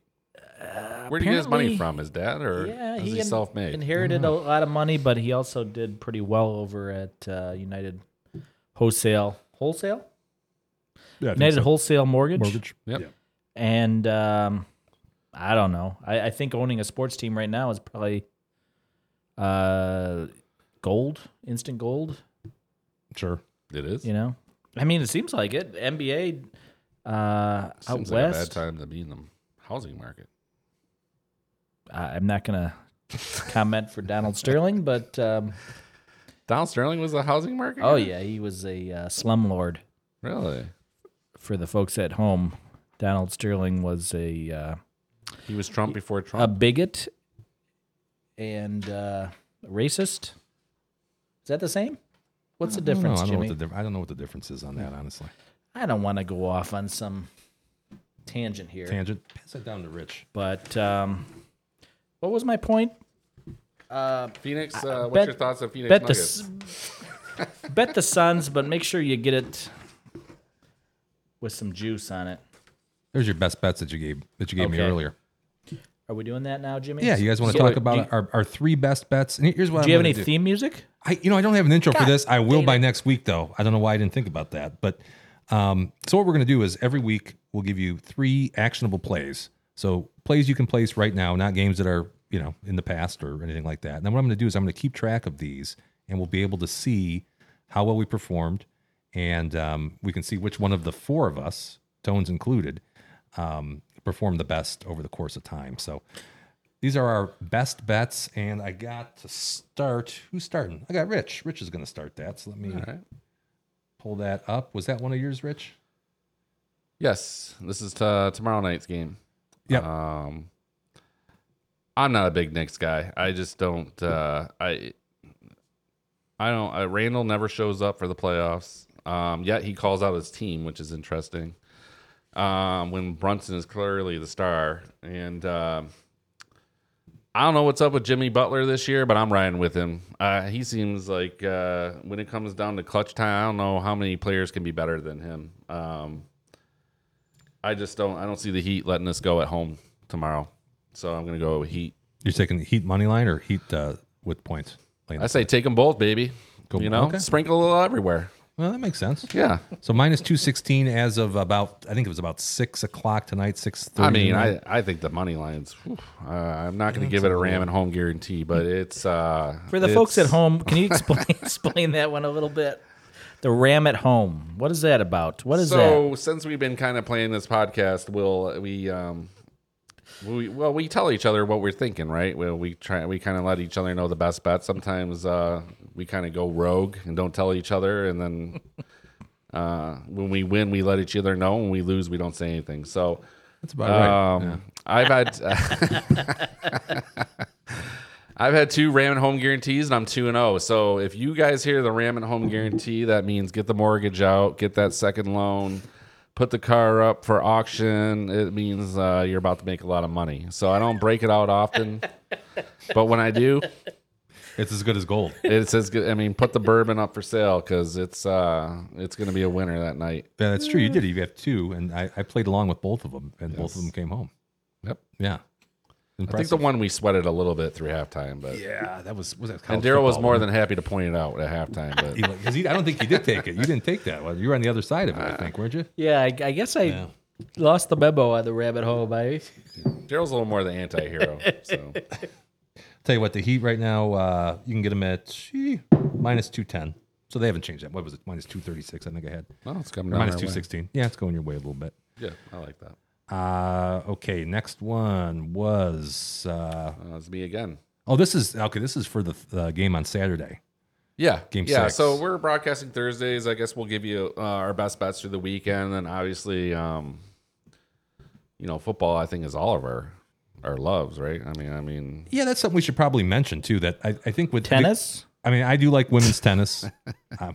[SPEAKER 5] Where do you get his money
[SPEAKER 4] Uh, apparently-
[SPEAKER 5] from? His dad or
[SPEAKER 4] Yeah,
[SPEAKER 5] is
[SPEAKER 4] he,
[SPEAKER 5] he,
[SPEAKER 4] in-
[SPEAKER 5] self made?
[SPEAKER 4] inherited a
[SPEAKER 3] Mm-hmm.
[SPEAKER 4] lot of money, but he also did pretty well over at uh, United Wholesale Wholesale
[SPEAKER 3] Yeah.
[SPEAKER 4] United Wholesale Mortgage.
[SPEAKER 3] mortgage.
[SPEAKER 5] Yep.
[SPEAKER 4] and um, I don't know. I, I think owning a sports team right now is probably uh, gold, instant gold.
[SPEAKER 3] Sure.
[SPEAKER 5] It is.
[SPEAKER 4] You know, I mean, it seems like it. NBA uh,
[SPEAKER 5] Seems
[SPEAKER 4] out
[SPEAKER 5] like a bad
[SPEAKER 4] west.
[SPEAKER 5] time to be in the housing market.
[SPEAKER 4] I, I'm not gonna comment for Donald Sterling, but um,
[SPEAKER 5] Donald Sterling was a housing market?
[SPEAKER 4] oh
[SPEAKER 5] guy?
[SPEAKER 4] yeah, he was a uh, slumlord.
[SPEAKER 5] Really?
[SPEAKER 4] For the folks at home, Donald Sterling was a uh,
[SPEAKER 5] He was Trump before Trump.
[SPEAKER 4] a bigot and uh, racist. Is that the same? What's the difference,
[SPEAKER 3] I don't, know
[SPEAKER 4] Jimmy?
[SPEAKER 3] what the, diff- I don't know what the difference is on that, honestly.
[SPEAKER 4] I don't want to go off on some tangent here,
[SPEAKER 3] Tangent. Pass that down to Rich.
[SPEAKER 4] but um, what was my point?
[SPEAKER 5] Phoenix, uh, what's
[SPEAKER 4] bet-
[SPEAKER 5] your thoughts on Phoenix
[SPEAKER 4] bet the
[SPEAKER 5] Nuggets?
[SPEAKER 4] s- bet the Suns, but make sure you get it with some juice on it.
[SPEAKER 3] There's your best bets that you gave that you gave me
[SPEAKER 4] Okay.
[SPEAKER 3] earlier.
[SPEAKER 4] Are we doing that now, Jimmy?
[SPEAKER 3] Yeah, you guys want to
[SPEAKER 4] So,
[SPEAKER 3] talk about
[SPEAKER 4] Do you,
[SPEAKER 3] our, our three best bets? And here's what
[SPEAKER 4] do you have
[SPEAKER 3] I'm
[SPEAKER 4] any
[SPEAKER 3] gonna do.
[SPEAKER 4] theme music?
[SPEAKER 3] I you know I don't have an intro for this. I will by next week though. I don't know why I didn't think about that. But um, so what we're gonna do is every week we'll give you three actionable plays. So plays you can place right now, not games that are you know in the past or anything like that. And then what I'm gonna do is I'm gonna keep track of these, and we'll be able to see how well we performed, and um, we can see which one of the four of us, tones included, um, performed the best over the course of time. So. These are our best bets, and I got to start. Who's starting? I got Rich. Rich is going to start that. So let me
[SPEAKER 5] All right.
[SPEAKER 3] pull that up. Was that one of yours, Rich?
[SPEAKER 5] Yes, this is uh tomorrow night's game.
[SPEAKER 3] Yep.
[SPEAKER 5] Um, I'm not a big Knicks guy. I just don't. Uh, I I don't. Uh, Randall never shows up for the playoffs. Um, yet he calls out his team, which is interesting. Um, when Brunson is clearly the star, and um I don't know what's up with Jimmy Butler this year, but I'm riding with him. Uh, he seems like uh, when it comes down to clutch time, I don't know how many players can be better than him. Um, I just don't. I don't see the Heat letting us go at home tomorrow. So I'm gonna go with Heat.
[SPEAKER 3] You're taking Heat money line or Heat uh, with points? Laying
[SPEAKER 5] I
[SPEAKER 3] the-
[SPEAKER 5] say take them both, baby.
[SPEAKER 3] Go-
[SPEAKER 5] you know,
[SPEAKER 3] okay.
[SPEAKER 5] sprinkle a little everywhere.
[SPEAKER 3] well, that makes sense.
[SPEAKER 5] Yeah.
[SPEAKER 3] So minus two sixteen as of about I think it was about six o'clock tonight, six thirty.
[SPEAKER 5] I mean, I, I think the money lines. whew, uh, I'm not gonna give it a Ram and home guarantee, but it's uh,
[SPEAKER 4] For the folks at
[SPEAKER 5] it's-
[SPEAKER 4] home, can you explain explain that one a little bit? The ram at home. What is that about? What is
[SPEAKER 5] so since we've been kind of playing this podcast, we'll we um we well we tell each other what we're thinking, right? Well, we try we kind of let each other know the best bet. Sometimes uh, we kind of go rogue and don't tell each other, and then uh, when we win, we let each other know. When we lose, we don't say anything. So
[SPEAKER 3] that's about right.
[SPEAKER 5] um, I've had I've had two Ram and Home guarantees, and I'm two and zero. So if you guys hear the Ram and Home guarantee, that means get the mortgage out, get that second loan, put the car up for auction, it means uh, you're about to make a lot of money. So I don't break it out often, but when I do,
[SPEAKER 3] It's as good as gold.
[SPEAKER 5] it says, good- I mean, put the bourbon up for sale because it's uh, it's gonna be a winner that night.
[SPEAKER 3] Yeah, that's true. You did. it. You have two, and I, I played along with both of them, and both of them came home.
[SPEAKER 5] Yep.
[SPEAKER 3] Yeah.
[SPEAKER 5] I think
[SPEAKER 3] Impressive.
[SPEAKER 5] the one we sweated a little bit through halftime, but
[SPEAKER 3] yeah, that was was that.
[SPEAKER 5] and Daryl was more than happy to point it out at halftime. But
[SPEAKER 3] because I don't think you did take it. You didn't take that one. You were on the other side of it, I think, weren't you?
[SPEAKER 4] Yeah, I, I guess I
[SPEAKER 3] Yeah.
[SPEAKER 4] lost the memo on the rabbit hole. By
[SPEAKER 5] Daryl's a little more the anti-hero. So
[SPEAKER 3] Tell you what, the Heat right now, uh, you can get them at gee, minus two ten. So they haven't changed that. What was it? Minus two thirty six. I think I had
[SPEAKER 5] no, it's coming
[SPEAKER 3] or
[SPEAKER 5] down
[SPEAKER 3] minus
[SPEAKER 5] our
[SPEAKER 3] two
[SPEAKER 5] way.
[SPEAKER 3] sixteen. Yeah, it's going your way a little bit.
[SPEAKER 5] Yeah, I like that.
[SPEAKER 3] Uh, okay, next one was uh,
[SPEAKER 5] Uh, it's me again.
[SPEAKER 3] oh, this is okay. This is for the uh, game on Saturday.
[SPEAKER 5] Yeah,
[SPEAKER 3] Game
[SPEAKER 5] yeah.
[SPEAKER 3] six.
[SPEAKER 5] So we're broadcasting Thursdays. I guess we'll give you uh, our best bets through the weekend, and obviously, um, you know, football. I think is all of our our loves, right? I mean, I mean,
[SPEAKER 3] Yeah, that's something we should probably mention too. That I, I think with
[SPEAKER 4] tennis,
[SPEAKER 3] I mean, I do like women's tennis, um,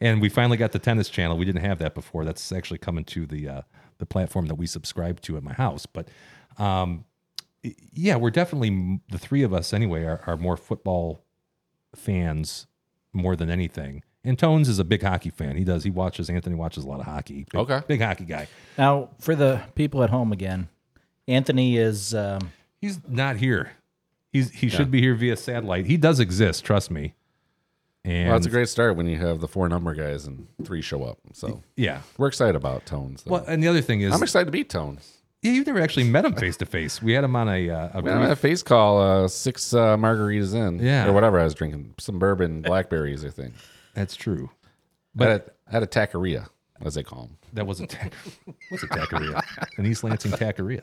[SPEAKER 3] and we finally got the tennis channel. We didn't have that before. That's actually coming to the uh, the platform that we subscribe to at my house. But um, y- yeah, we're definitely m- the three of us anyway are, are more football fans more than anything. And Tones is a big hockey fan. He does. He watches. Anthony watches a lot of hockey. Big-
[SPEAKER 5] Okay.
[SPEAKER 3] big hockey guy.
[SPEAKER 4] now for the people at home again, Anthony is um,
[SPEAKER 3] He's not here. He's he should be here via satellite. He does exist. Trust me. And
[SPEAKER 5] well, it's a great start when you have the four number guys and three show up. So
[SPEAKER 3] yeah.
[SPEAKER 5] we're excited about tones. though.
[SPEAKER 3] Well, and the other thing is,
[SPEAKER 5] I'm excited to beat tones.
[SPEAKER 3] Yeah, you've never actually met him face to face. We had him on a, uh, a
[SPEAKER 5] Yeah, I had a
[SPEAKER 3] brief-
[SPEAKER 5] face call uh, six uh, margaritas in,
[SPEAKER 3] Yeah.
[SPEAKER 5] or whatever I was drinking, some bourbon, blackberries, I think.
[SPEAKER 3] That's true.
[SPEAKER 5] But at, at a taqueria, as they call them.
[SPEAKER 3] That was a tack- what's a taqueria? An East Lansing taqueria.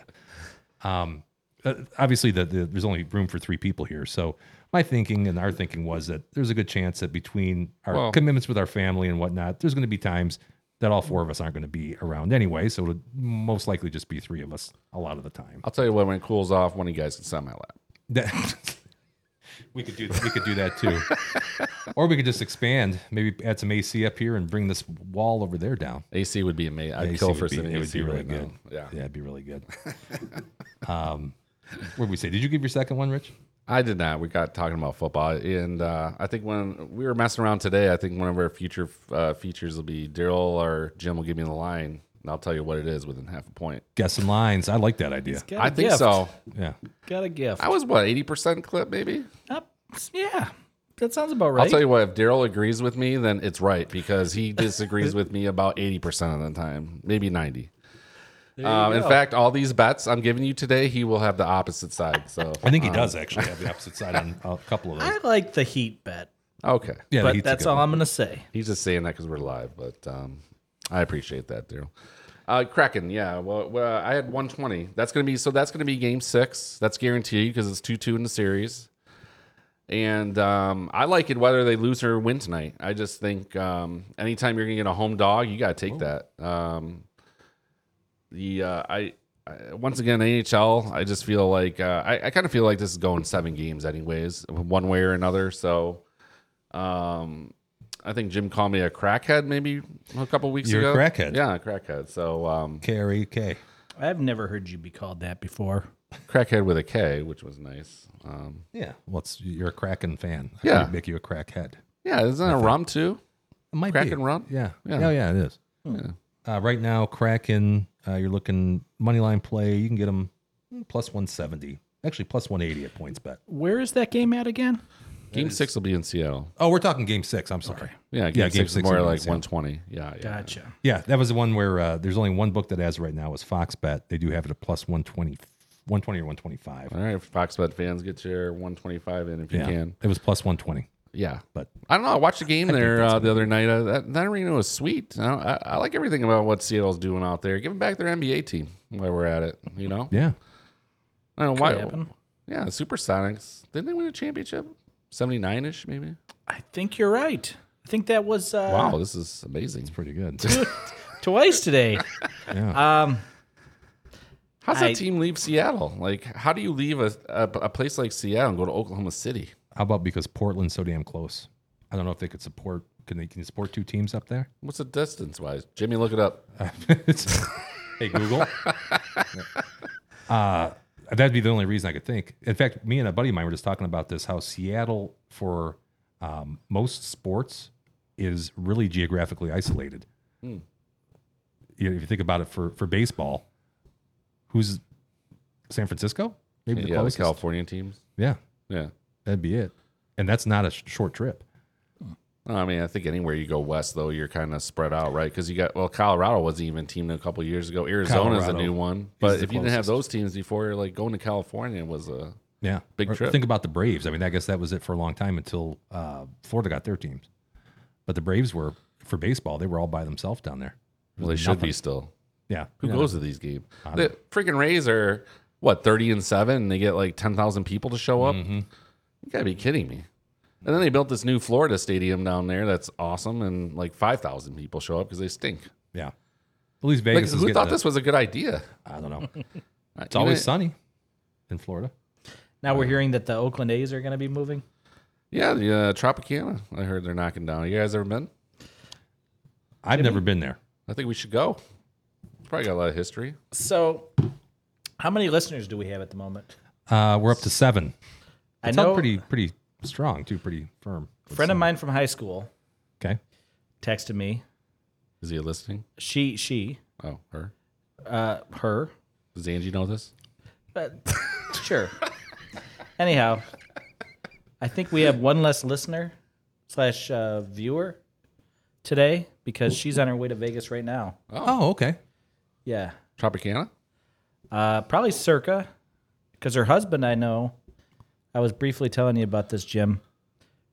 [SPEAKER 3] Um, uh, obviously, the, the, there's only room for three people here. So my thinking and our thinking was that there's a good chance that between our
[SPEAKER 5] Well-
[SPEAKER 3] commitments with our family and whatnot, there's going to be times that all four of us aren't going to be around anyway. So it'll most likely just be three of us a lot of the time.
[SPEAKER 5] I'll tell you what, when it cools off, one of you guys can sit on my lap.
[SPEAKER 3] That- we could do we could do that too, or we could just expand. Maybe add some AC up here and bring this wall over there down.
[SPEAKER 5] AC would be amazing. I'd
[SPEAKER 3] AC
[SPEAKER 5] kill
[SPEAKER 3] would
[SPEAKER 5] for
[SPEAKER 3] be-
[SPEAKER 5] some
[SPEAKER 3] it would
[SPEAKER 5] AC
[SPEAKER 3] be really
[SPEAKER 5] right
[SPEAKER 3] good.
[SPEAKER 5] now. Yeah.
[SPEAKER 3] Yeah, it'd be really good. um, what did we say? Did you give your second one, Rich?
[SPEAKER 5] I did not. We got talking about football, and uh, I think when we were messing around today, I think one of our future uh, features will be Daryl or Jim will give me the line, and I'll tell you what it is within half a point.
[SPEAKER 3] Guessing lines. I like that idea.
[SPEAKER 4] got a
[SPEAKER 5] I think
[SPEAKER 4] gift.
[SPEAKER 5] so.
[SPEAKER 3] Yeah.
[SPEAKER 4] Got a gift.
[SPEAKER 5] I was what eighty percent clip, maybe.
[SPEAKER 4] Up- yeah, that sounds about right.
[SPEAKER 5] I'll tell you what, if Daryl agrees with me, then it's right because he disagrees with me about 80% of the time, maybe 90. Um, in fact, all these bets I'm giving you today, he will have the opposite side. So
[SPEAKER 3] I think he does actually have the opposite side on a couple of those.
[SPEAKER 4] I like the heat bet,
[SPEAKER 5] okay,
[SPEAKER 3] Yeah, the
[SPEAKER 4] but
[SPEAKER 3] Heat's a
[SPEAKER 4] that's
[SPEAKER 3] good
[SPEAKER 4] all
[SPEAKER 3] one.
[SPEAKER 4] I'm gonna say.
[SPEAKER 5] he's just saying that because we're live, but um, I appreciate that, Daryl. Uh, Kraken, yeah. Well, well, I had 120. That's gonna be so. That's gonna be game six. That's guaranteed because it's two two in the series. And um, I like it whether they lose or win tonight. I just think um, anytime you're gonna get a home dog, you gotta
[SPEAKER 3] Oh.
[SPEAKER 5] take that. Um, the uh, I, I once again NHL. I just feel like uh, I, I kind of feel like this is going seven games anyways, one way or another. So, um, I think Jim called me a crackhead maybe a couple weeks
[SPEAKER 3] You're a
[SPEAKER 5] ago.
[SPEAKER 3] crackhead.
[SPEAKER 5] yeah, a crackhead. So, um,
[SPEAKER 3] K R E K.
[SPEAKER 4] I've never heard you be called that before.
[SPEAKER 5] crackhead with a K, which was nice. Um,
[SPEAKER 3] Yeah. Well, it's, you're a Kraken fan. I
[SPEAKER 5] Yeah.
[SPEAKER 3] could Make you a crackhead.
[SPEAKER 5] yeah, isn't that a rum too?
[SPEAKER 3] It might
[SPEAKER 5] Kraken
[SPEAKER 3] be.
[SPEAKER 5] run?
[SPEAKER 3] Yeah.
[SPEAKER 5] Yeah.
[SPEAKER 3] Yeah. Oh, yeah, it is. Uh, right now, Kraken, uh, you're looking money line play. You can get them plus 170. Actually, plus 180 at points bet.
[SPEAKER 4] Where is that game at again?
[SPEAKER 5] Game six will be in Seattle.
[SPEAKER 3] Oh, we're talking game six. I'm sorry.
[SPEAKER 5] Yeah, game, six, is more like 120. Yeah, yeah.
[SPEAKER 4] Gotcha.
[SPEAKER 3] Yeah, that was the one where uh, there's only one book that has right now is Fox Bet. They do have it at plus 120, 120 or 125.
[SPEAKER 5] All right, Fox Bet fans, get your 125 in if you
[SPEAKER 3] yeah.
[SPEAKER 5] can.
[SPEAKER 3] It was plus 120.
[SPEAKER 5] Yeah.
[SPEAKER 3] But
[SPEAKER 5] I don't know. I watched the game there uh, the other night. Uh, that, that arena was sweet. I, I, I like everything about what Seattle's doing out there. Giving back their NBA team while we're at it, you know?
[SPEAKER 3] yeah,
[SPEAKER 5] I don't know why.
[SPEAKER 4] happen.
[SPEAKER 5] Yeah, the Supersonics. Didn't they win a championship? 79 ish, maybe?
[SPEAKER 4] I think you're right. I think that was uh,
[SPEAKER 5] Wow, this is amazing.
[SPEAKER 3] pretty good.
[SPEAKER 4] twice today.
[SPEAKER 3] Yeah.
[SPEAKER 4] Um,
[SPEAKER 5] How's that
[SPEAKER 4] I-
[SPEAKER 5] team leave Seattle? Like, how do you leave a, a, a place like Seattle and go to Oklahoma City?
[SPEAKER 3] How about because Portland's so damn close? I don't know if they could support. Can they can you support two teams up there?
[SPEAKER 5] What's the distance wise? Jimmy, look it up.
[SPEAKER 3] It's- hey Google. uh, that'd be the only reason I could think. In fact, me and a buddy of mine were just talking about this. How Seattle for um, most sports is really geographically isolated. You know, if you think about it, for for baseball, who's San Francisco? Maybe the
[SPEAKER 5] yeah, the
[SPEAKER 3] closest.
[SPEAKER 5] California teams.
[SPEAKER 3] yeah,
[SPEAKER 5] Yeah.
[SPEAKER 3] that'd be it. And that's not a sh- short trip.
[SPEAKER 5] No, I mean, I think anywhere you go west, though, you're kind of spread out, right? Because you got well, Colorado wasn't even teamed a couple years ago. Arizona's
[SPEAKER 3] Colorado
[SPEAKER 5] a new one, but
[SPEAKER 3] the
[SPEAKER 5] if you didn't have
[SPEAKER 3] closest.
[SPEAKER 5] those teams before, like going to California was a
[SPEAKER 3] Yeah,
[SPEAKER 5] Big
[SPEAKER 3] Or
[SPEAKER 5] trip.
[SPEAKER 3] Think about the Braves. I mean, I guess that was it for a long time until uh, Florida got their teams. But the Braves were for baseball; they were all by themselves down there.
[SPEAKER 5] well, they should be still.
[SPEAKER 3] Yeah,
[SPEAKER 5] Who
[SPEAKER 3] Yeah.
[SPEAKER 5] goes to these games? The freaking Rays are what thirty and seven, and they get like ten thousand people to show up.
[SPEAKER 3] Mm-hmm.
[SPEAKER 5] You gotta be kidding me! And then they built this new Florida stadium down there that's awesome, and like five thousand people show up because they stink.
[SPEAKER 3] Yeah, at least
[SPEAKER 5] Like,
[SPEAKER 3] Vegas is
[SPEAKER 5] who
[SPEAKER 3] getting
[SPEAKER 5] thought
[SPEAKER 3] the-
[SPEAKER 5] this was a good idea?
[SPEAKER 3] I don't know.
[SPEAKER 5] It's
[SPEAKER 3] It's always sunny in Florida.
[SPEAKER 4] Now we're hearing that the Oakland A's are going to be moving.
[SPEAKER 5] Yeah, the uh, Tropicana. I heard they're knocking down. You guys ever been?
[SPEAKER 3] I've never been there.
[SPEAKER 5] I think we should go. It's probably got a lot of history.
[SPEAKER 4] So, how many listeners do we have at the moment?
[SPEAKER 3] Uh, we're up to seven.
[SPEAKER 4] I
[SPEAKER 3] It's
[SPEAKER 4] know
[SPEAKER 3] up pretty pretty strong too, pretty firm.
[SPEAKER 4] a friend of mine from high school
[SPEAKER 3] Okay,
[SPEAKER 4] texted me.
[SPEAKER 5] Is he listening?
[SPEAKER 4] She, she,
[SPEAKER 5] Oh, her.
[SPEAKER 4] uh, her.
[SPEAKER 5] Does Angie know this?
[SPEAKER 4] But sure. Anyhow, I think we have one less listener slash uh, viewer today because she's on her way to Vegas right now.
[SPEAKER 3] Oh, okay.
[SPEAKER 4] Yeah,
[SPEAKER 5] Tropicana?
[SPEAKER 4] uh, probably circa because her husband. I know. I was briefly telling you about this, Jim.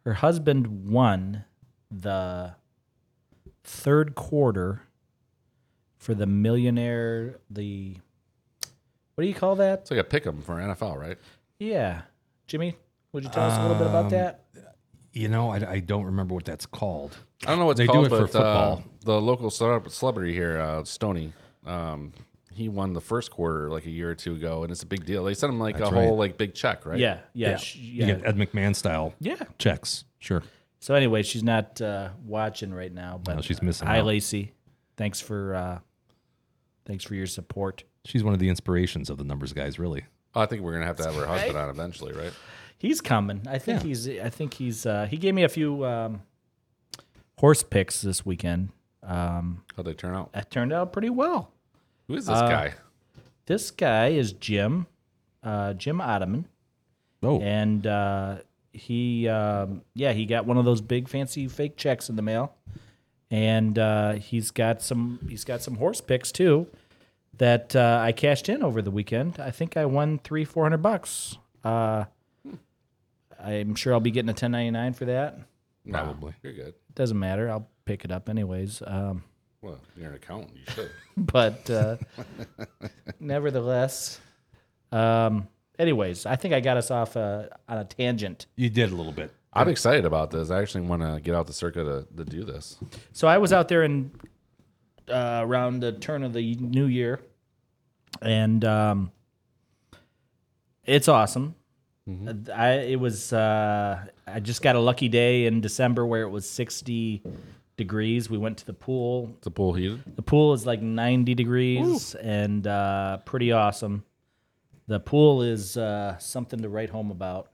[SPEAKER 4] Her husband won the third quarter for the millionaire. The what do you call that?
[SPEAKER 5] It's like a pick 'em for NFL, right?
[SPEAKER 4] Yeah. Jimmy, would you tell us a little bit
[SPEAKER 3] Um,
[SPEAKER 4] about that?
[SPEAKER 3] You know, I, I don't remember what that's called.
[SPEAKER 5] I don't know what it's
[SPEAKER 3] They do
[SPEAKER 5] called,
[SPEAKER 3] it for
[SPEAKER 5] but uh,
[SPEAKER 3] football.
[SPEAKER 5] the local celeb- celebrity here, uh, Stony, um, he won the first quarter like a year or two ago, and it's a big deal. They sent him like a
[SPEAKER 3] That's
[SPEAKER 5] whole
[SPEAKER 3] right.
[SPEAKER 5] like big check, right?
[SPEAKER 4] Yeah, yeah, sh-
[SPEAKER 3] You
[SPEAKER 4] yeah.
[SPEAKER 3] get Ed McMahon style
[SPEAKER 4] Yeah.
[SPEAKER 3] checks. Sure.
[SPEAKER 4] So anyway, she's not uh, watching right now, but
[SPEAKER 3] No, she's missing
[SPEAKER 4] Hi,
[SPEAKER 3] out.
[SPEAKER 4] Lacey. Thanks for uh, thanks for your support.
[SPEAKER 3] She's one of the inspirations of the numbers guys, really.
[SPEAKER 5] Oh, I think we're gonna have to have her husband on eventually, right?
[SPEAKER 4] He's coming. I think
[SPEAKER 3] Yeah.
[SPEAKER 4] he's. I think he's. Uh, he gave me a few um, horse picks this weekend. Um,
[SPEAKER 5] How'd they turn out?
[SPEAKER 4] that turned out pretty well.
[SPEAKER 5] Who is this
[SPEAKER 3] Uh,
[SPEAKER 5] guy?
[SPEAKER 4] This guy is Jim, uh, Jim Ottoman.
[SPEAKER 3] Oh,
[SPEAKER 4] and uh, he um, yeah he got one of those big fancy fake checks in the mail and uh, he's got some he's got some horse picks too that uh, i cashed in over the weekend i think i won three four hundred bucks uh, i'm sure i'll be getting a 1099 for that
[SPEAKER 5] Probably. You're good.
[SPEAKER 4] doesn't matter i'll pick it up anyways um,
[SPEAKER 5] Well, you're an accountant. You should.
[SPEAKER 4] but uh, nevertheless um, anyways i think i got us off uh, on a tangent
[SPEAKER 3] you did a little bit.
[SPEAKER 5] I'm excited about this. I actually want to get out the circuit to, to do this.
[SPEAKER 4] So I was out there in uh, around the turn of the new year, and um, it's awesome. I it was uh, I just got a lucky day in December where it was sixty degrees. We went to the pool.
[SPEAKER 5] It's a pool heated.
[SPEAKER 4] The pool is like ninety degrees and uh, pretty awesome. The pool is uh, something to write home about.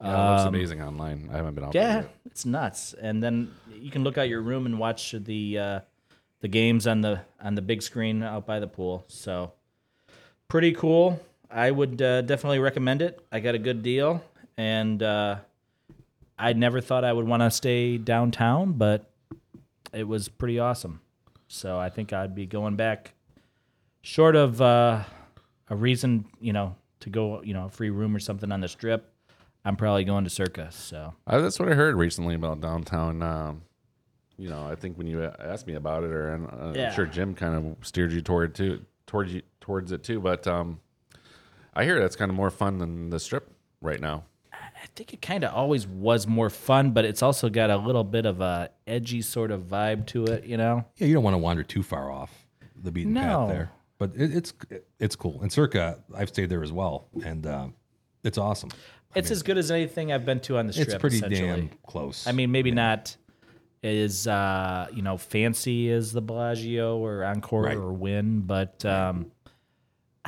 [SPEAKER 5] Yeah, it looks amazing online. I haven't been out there
[SPEAKER 4] Um, Yeah,
[SPEAKER 5] yet.
[SPEAKER 4] it's nuts. And then you can look out your room and watch the uh, the games on the on the big screen out by the pool. So pretty cool. I would uh, definitely recommend it. I got a good deal, and uh, I never thought I would want to stay downtown, but it was pretty awesome. So I think I'd be going back, short of uh, a reason, you know, to go, you know, a free room or something on the strip. I'm probably going to Circa. So.
[SPEAKER 5] Uh, that's what I heard recently about downtown. Um, you know, I think when you asked me about it, or and, uh,
[SPEAKER 4] Yeah.
[SPEAKER 5] I'm sure Jim kind of steered you toward too, towards you towards it too. But um, I hear that's kind of more fun than the strip right now.
[SPEAKER 4] I think it kind of always was more fun, but it's also got a little bit of a edgy sort of vibe to it, you know.
[SPEAKER 3] Yeah, you don't want to wander too far off the beaten
[SPEAKER 4] No.
[SPEAKER 3] path there. But it, it's it's cool. And Circa, I've stayed there as well, and uh, it's awesome.
[SPEAKER 4] It's as good as anything I've been to on the strip.
[SPEAKER 3] It's pretty
[SPEAKER 4] essentially.
[SPEAKER 3] damn close.
[SPEAKER 4] I mean, maybe not as uh, you know fancy as the Bellagio or Encore
[SPEAKER 3] Right.
[SPEAKER 4] or Win, but um,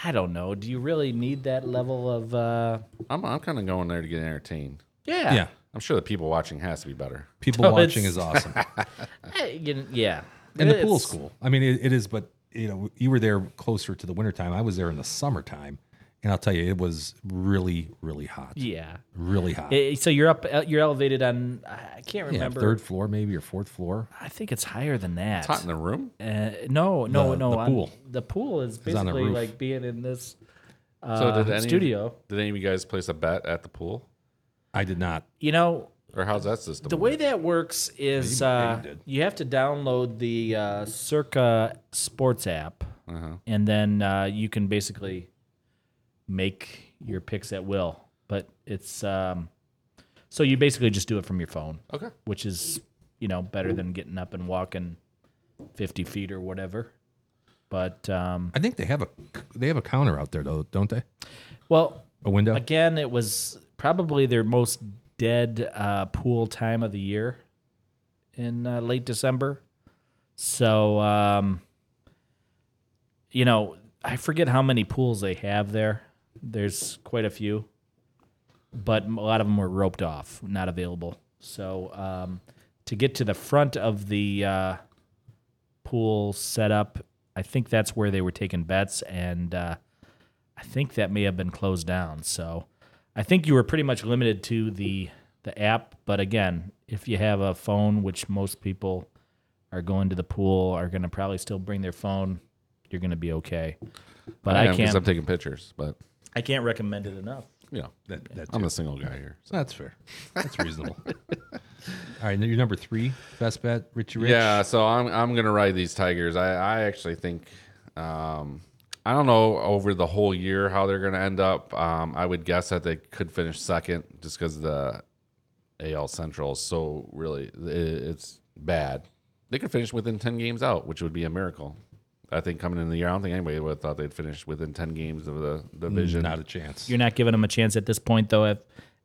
[SPEAKER 4] I don't know. Do you really need that level of? Uh,
[SPEAKER 5] I'm, I'm kind of going there to get entertained.
[SPEAKER 4] yeah,
[SPEAKER 3] yeah,
[SPEAKER 5] I'm sure the people watching has to be better.
[SPEAKER 3] people
[SPEAKER 4] No,
[SPEAKER 3] watching
[SPEAKER 4] it's-
[SPEAKER 3] is awesome,
[SPEAKER 4] Eh, you- yeah.
[SPEAKER 3] and the
[SPEAKER 4] It's-
[SPEAKER 3] pool's cool. I mean, it, it is, but you know, you were there closer to the wintertime. I was there in the summertime, and I'll tell you, it was really, really hot,
[SPEAKER 4] Yeah.
[SPEAKER 3] really hot.
[SPEAKER 4] Eh, so you're up. You're elevated on. I can't
[SPEAKER 3] yeah,
[SPEAKER 4] remember.
[SPEAKER 3] third floor maybe or fourth floor.
[SPEAKER 4] I think it's higher than that.
[SPEAKER 5] It's hot in the room.
[SPEAKER 4] Uh, no, no,
[SPEAKER 3] The-
[SPEAKER 4] no.
[SPEAKER 3] the
[SPEAKER 4] on-
[SPEAKER 3] pool.
[SPEAKER 4] The pool is
[SPEAKER 3] on the
[SPEAKER 4] basically
[SPEAKER 3] roof.
[SPEAKER 4] like being in this uh,
[SPEAKER 5] So did any-
[SPEAKER 4] studio.
[SPEAKER 5] Did any of you guys place a bet at the pool,
[SPEAKER 3] I did not.
[SPEAKER 4] You know,
[SPEAKER 5] or how's that system?
[SPEAKER 4] the way that works is uh, you have to download the uh, Circa Sports app,
[SPEAKER 5] Uh-huh.
[SPEAKER 4] and then uh, you can basically make your picks at will. But it's um, so you basically just do it from your phone,
[SPEAKER 5] Okay.
[SPEAKER 4] which is you know better than getting up and walking fifty feet or whatever. But um,
[SPEAKER 3] I think they have a they have a counter out there though, don't they?
[SPEAKER 4] well,
[SPEAKER 3] A window.
[SPEAKER 4] again, it was probably their most dead uh, pool time of the year in uh, late December. So, um, you know, I forget how many pools they have there. There's quite a few, but a lot of them were roped off, not available. So, um, to get to the front of the uh, pool setup, I think that's where they were taking bets and. Uh, I think that may have been closed down. So I think you were pretty much limited to the the app. But again, if you have a phone, which most people are going to the pool are going to probably still bring their phone, you're going to be okay. But I,
[SPEAKER 5] am, 'cause
[SPEAKER 4] can't
[SPEAKER 5] I'm taking pictures, but
[SPEAKER 4] I can't recommend it enough.
[SPEAKER 5] you know,
[SPEAKER 3] That- that's
[SPEAKER 5] I'm a single guy here. So.
[SPEAKER 3] That's fair. That's reasonable. All right, and you're number three best bet, Richie Rich.
[SPEAKER 5] Yeah, so I'm I'm gonna ride these tigers. I I actually think, um, I don't know over the whole year how they're gonna end up. Um, I would guess that they could finish second just because the AL Central is so really i- it's bad. They could finish within ten games out, which would be a miracle. I think coming into the year, I don't think anybody would have thought they'd finish within ten games of the division.
[SPEAKER 3] not a chance.
[SPEAKER 4] You're not giving them a chance at this point, though. If,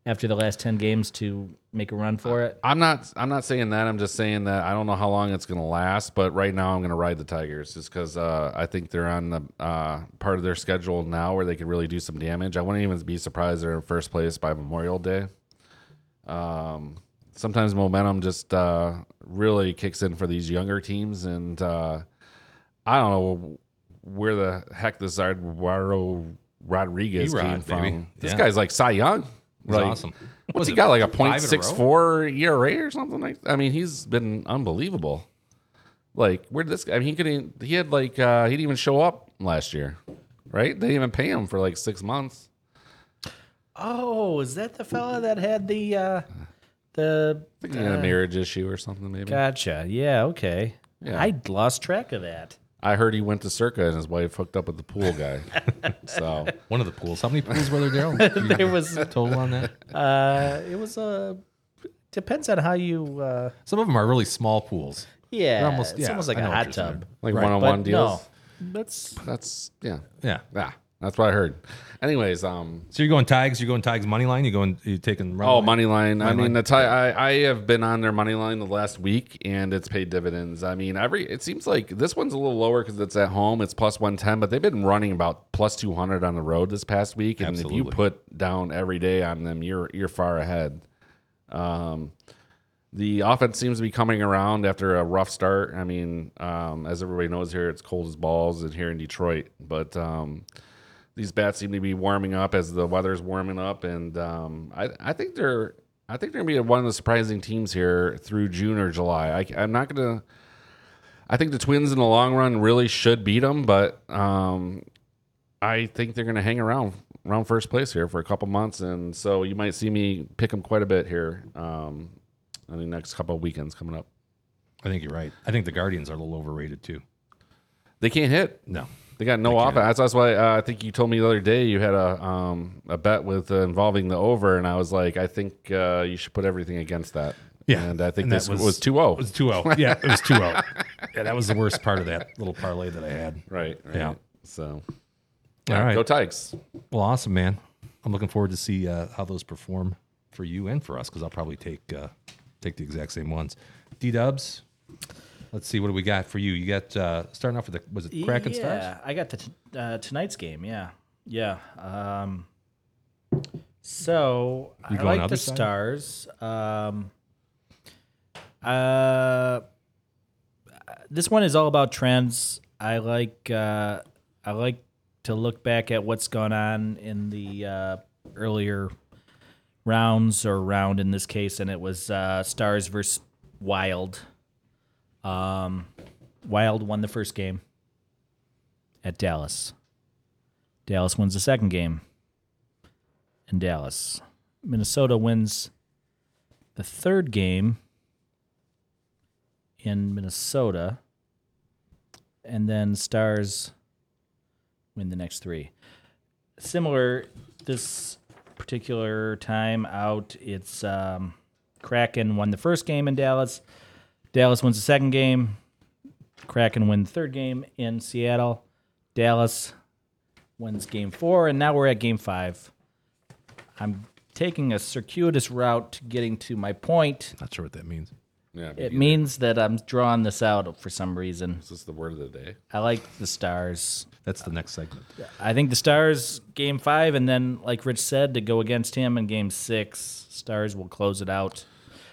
[SPEAKER 4] after the last ten games, to make a run for it.
[SPEAKER 5] I'm not. I'm not saying that. I'm just saying that I don't know how long it's going to last. But right now, I'm going to ride the Tigers just because uh, I think they're on the uh, part of their schedule now where they could really do some damage. I wouldn't even be surprised they're in first place by Memorial Day. Um, sometimes momentum just uh, really kicks in for these younger teams, and uh, I don't know where the heck this Eduardo Rodriguez came
[SPEAKER 3] E-Rod,
[SPEAKER 5] from.
[SPEAKER 3] baby.
[SPEAKER 5] This
[SPEAKER 3] Yeah.
[SPEAKER 5] guy's like Cy Young.
[SPEAKER 3] It's
[SPEAKER 5] Like,
[SPEAKER 3] awesome.
[SPEAKER 5] What's he got like a
[SPEAKER 3] five in a
[SPEAKER 5] .64 ERA E or something like? I mean, he's been unbelievable. Like where this? I mean, he couldn't. He had like uh, he didn't even show up last year, right? They didn't even pay him for like six months.
[SPEAKER 4] Oh, is that the fella that had the uh, the?
[SPEAKER 5] I think he had a marriage issue or something. Maybe
[SPEAKER 4] Gotcha. Yeah. Okay.
[SPEAKER 5] Yeah.
[SPEAKER 4] I lost track of that.
[SPEAKER 5] I heard he went to Circa and his wife hooked up with the pool guy. so
[SPEAKER 3] One of the pools. How many pools were there, Daryl?
[SPEAKER 4] There was
[SPEAKER 3] total on that.
[SPEAKER 4] Uh, it was a. Depends on how you. Uh,
[SPEAKER 3] Some of them are really small pools.
[SPEAKER 4] yeah,
[SPEAKER 3] almost-
[SPEAKER 4] it's
[SPEAKER 3] yeah,
[SPEAKER 4] almost like
[SPEAKER 3] I
[SPEAKER 4] a
[SPEAKER 3] know what
[SPEAKER 4] hot
[SPEAKER 3] you're
[SPEAKER 4] tub.
[SPEAKER 3] saying.
[SPEAKER 5] like
[SPEAKER 3] Right.
[SPEAKER 5] one on
[SPEAKER 4] But
[SPEAKER 5] one
[SPEAKER 4] no,
[SPEAKER 5] deals.
[SPEAKER 4] that's
[SPEAKER 5] That's yeah,
[SPEAKER 3] Yeah.
[SPEAKER 5] yeah. That's what I heard. Anyways, um,
[SPEAKER 3] So you're going Tigers. You're going Tigers money line. You're going. You're taking. run
[SPEAKER 5] Oh,
[SPEAKER 3] line?
[SPEAKER 5] money line. I mean, the ti- I, I have been on their money line the last week, and it's paid dividends. I mean, every it seems like this one's a little lower because it's at home. It's plus one ten, but they've been running about plus two hundred on the road this past week. And if you
[SPEAKER 3] Absolutely.
[SPEAKER 5] put down every day on them, you're you're far ahead. Um, the offense seems to be coming around after a rough start. I mean, um, as everybody knows here, it's cold as balls in here in Detroit, but um, these bats seem to be warming up as the weather's warming up, and um, I, I think they're I think they're gonna be one of the surprising teams here through June or July. I, I'm not gonna. I think the Twins in the long run really should beat them, but um, I think they're gonna hang around around first place here for a couple months, and so you might see me pick them quite a bit here um, in the next couple of weekends coming up.
[SPEAKER 3] I think you're right. I think the Guardians are a little overrated too.
[SPEAKER 5] They can't hit.
[SPEAKER 3] No.
[SPEAKER 5] They got no offense. That's, that's why uh, I think you told me the other day you had a um, a bet with uh, involving the over, and I was like, I think uh, you should put everything against that.
[SPEAKER 3] Yeah.
[SPEAKER 5] and I think
[SPEAKER 3] And that
[SPEAKER 5] this was
[SPEAKER 3] was-
[SPEAKER 5] two oh. zero.
[SPEAKER 3] It was 2-0. Yeah, it was 2-0. yeah, that was the worst part of that little parlay that I had.
[SPEAKER 5] Right, right.
[SPEAKER 3] Yeah.
[SPEAKER 5] So
[SPEAKER 3] All right.
[SPEAKER 5] go Tigers.
[SPEAKER 3] Well, awesome, man. I'm looking forward to see uh, how those perform for you and for us because I'll probably take uh, take the exact same ones. D Dubs, let's see what do we got for you. You got uh, starting off with the was it Kraken
[SPEAKER 4] yeah,
[SPEAKER 3] Stars?
[SPEAKER 4] I got the t- uh, tonight's game. Yeah, yeah. Um, so
[SPEAKER 3] You
[SPEAKER 4] I
[SPEAKER 3] going
[SPEAKER 4] like
[SPEAKER 3] other
[SPEAKER 4] the
[SPEAKER 3] side?
[SPEAKER 4] stars. Um, uh, this one is all about trends. I like uh, I like to look back at what's gone on in the uh, earlier rounds or round in this case, and it was uh, Stars versus Wild. Um, Wild won the first game at Dallas. Dallas wins the second game in Dallas. Minnesota wins the third game in Minnesota. And then Stars win the next three. Similar this particular time out, it's um, Kraken won the first game in Dallas. Dallas wins the second game. Kraken win the third game in Seattle. Dallas wins game four, and now we're at game five. I'm taking a circuitous route to getting to my point.
[SPEAKER 3] Not sure what that means.
[SPEAKER 5] Yeah,
[SPEAKER 4] It
[SPEAKER 5] me-
[SPEAKER 4] means that I'm drawing this out for some reason.
[SPEAKER 5] this is the word of the day.
[SPEAKER 4] I like the stars.
[SPEAKER 3] That's the next segment.
[SPEAKER 4] I think the stars game five, and then like Rich said, to go against him in game six, stars will close it out.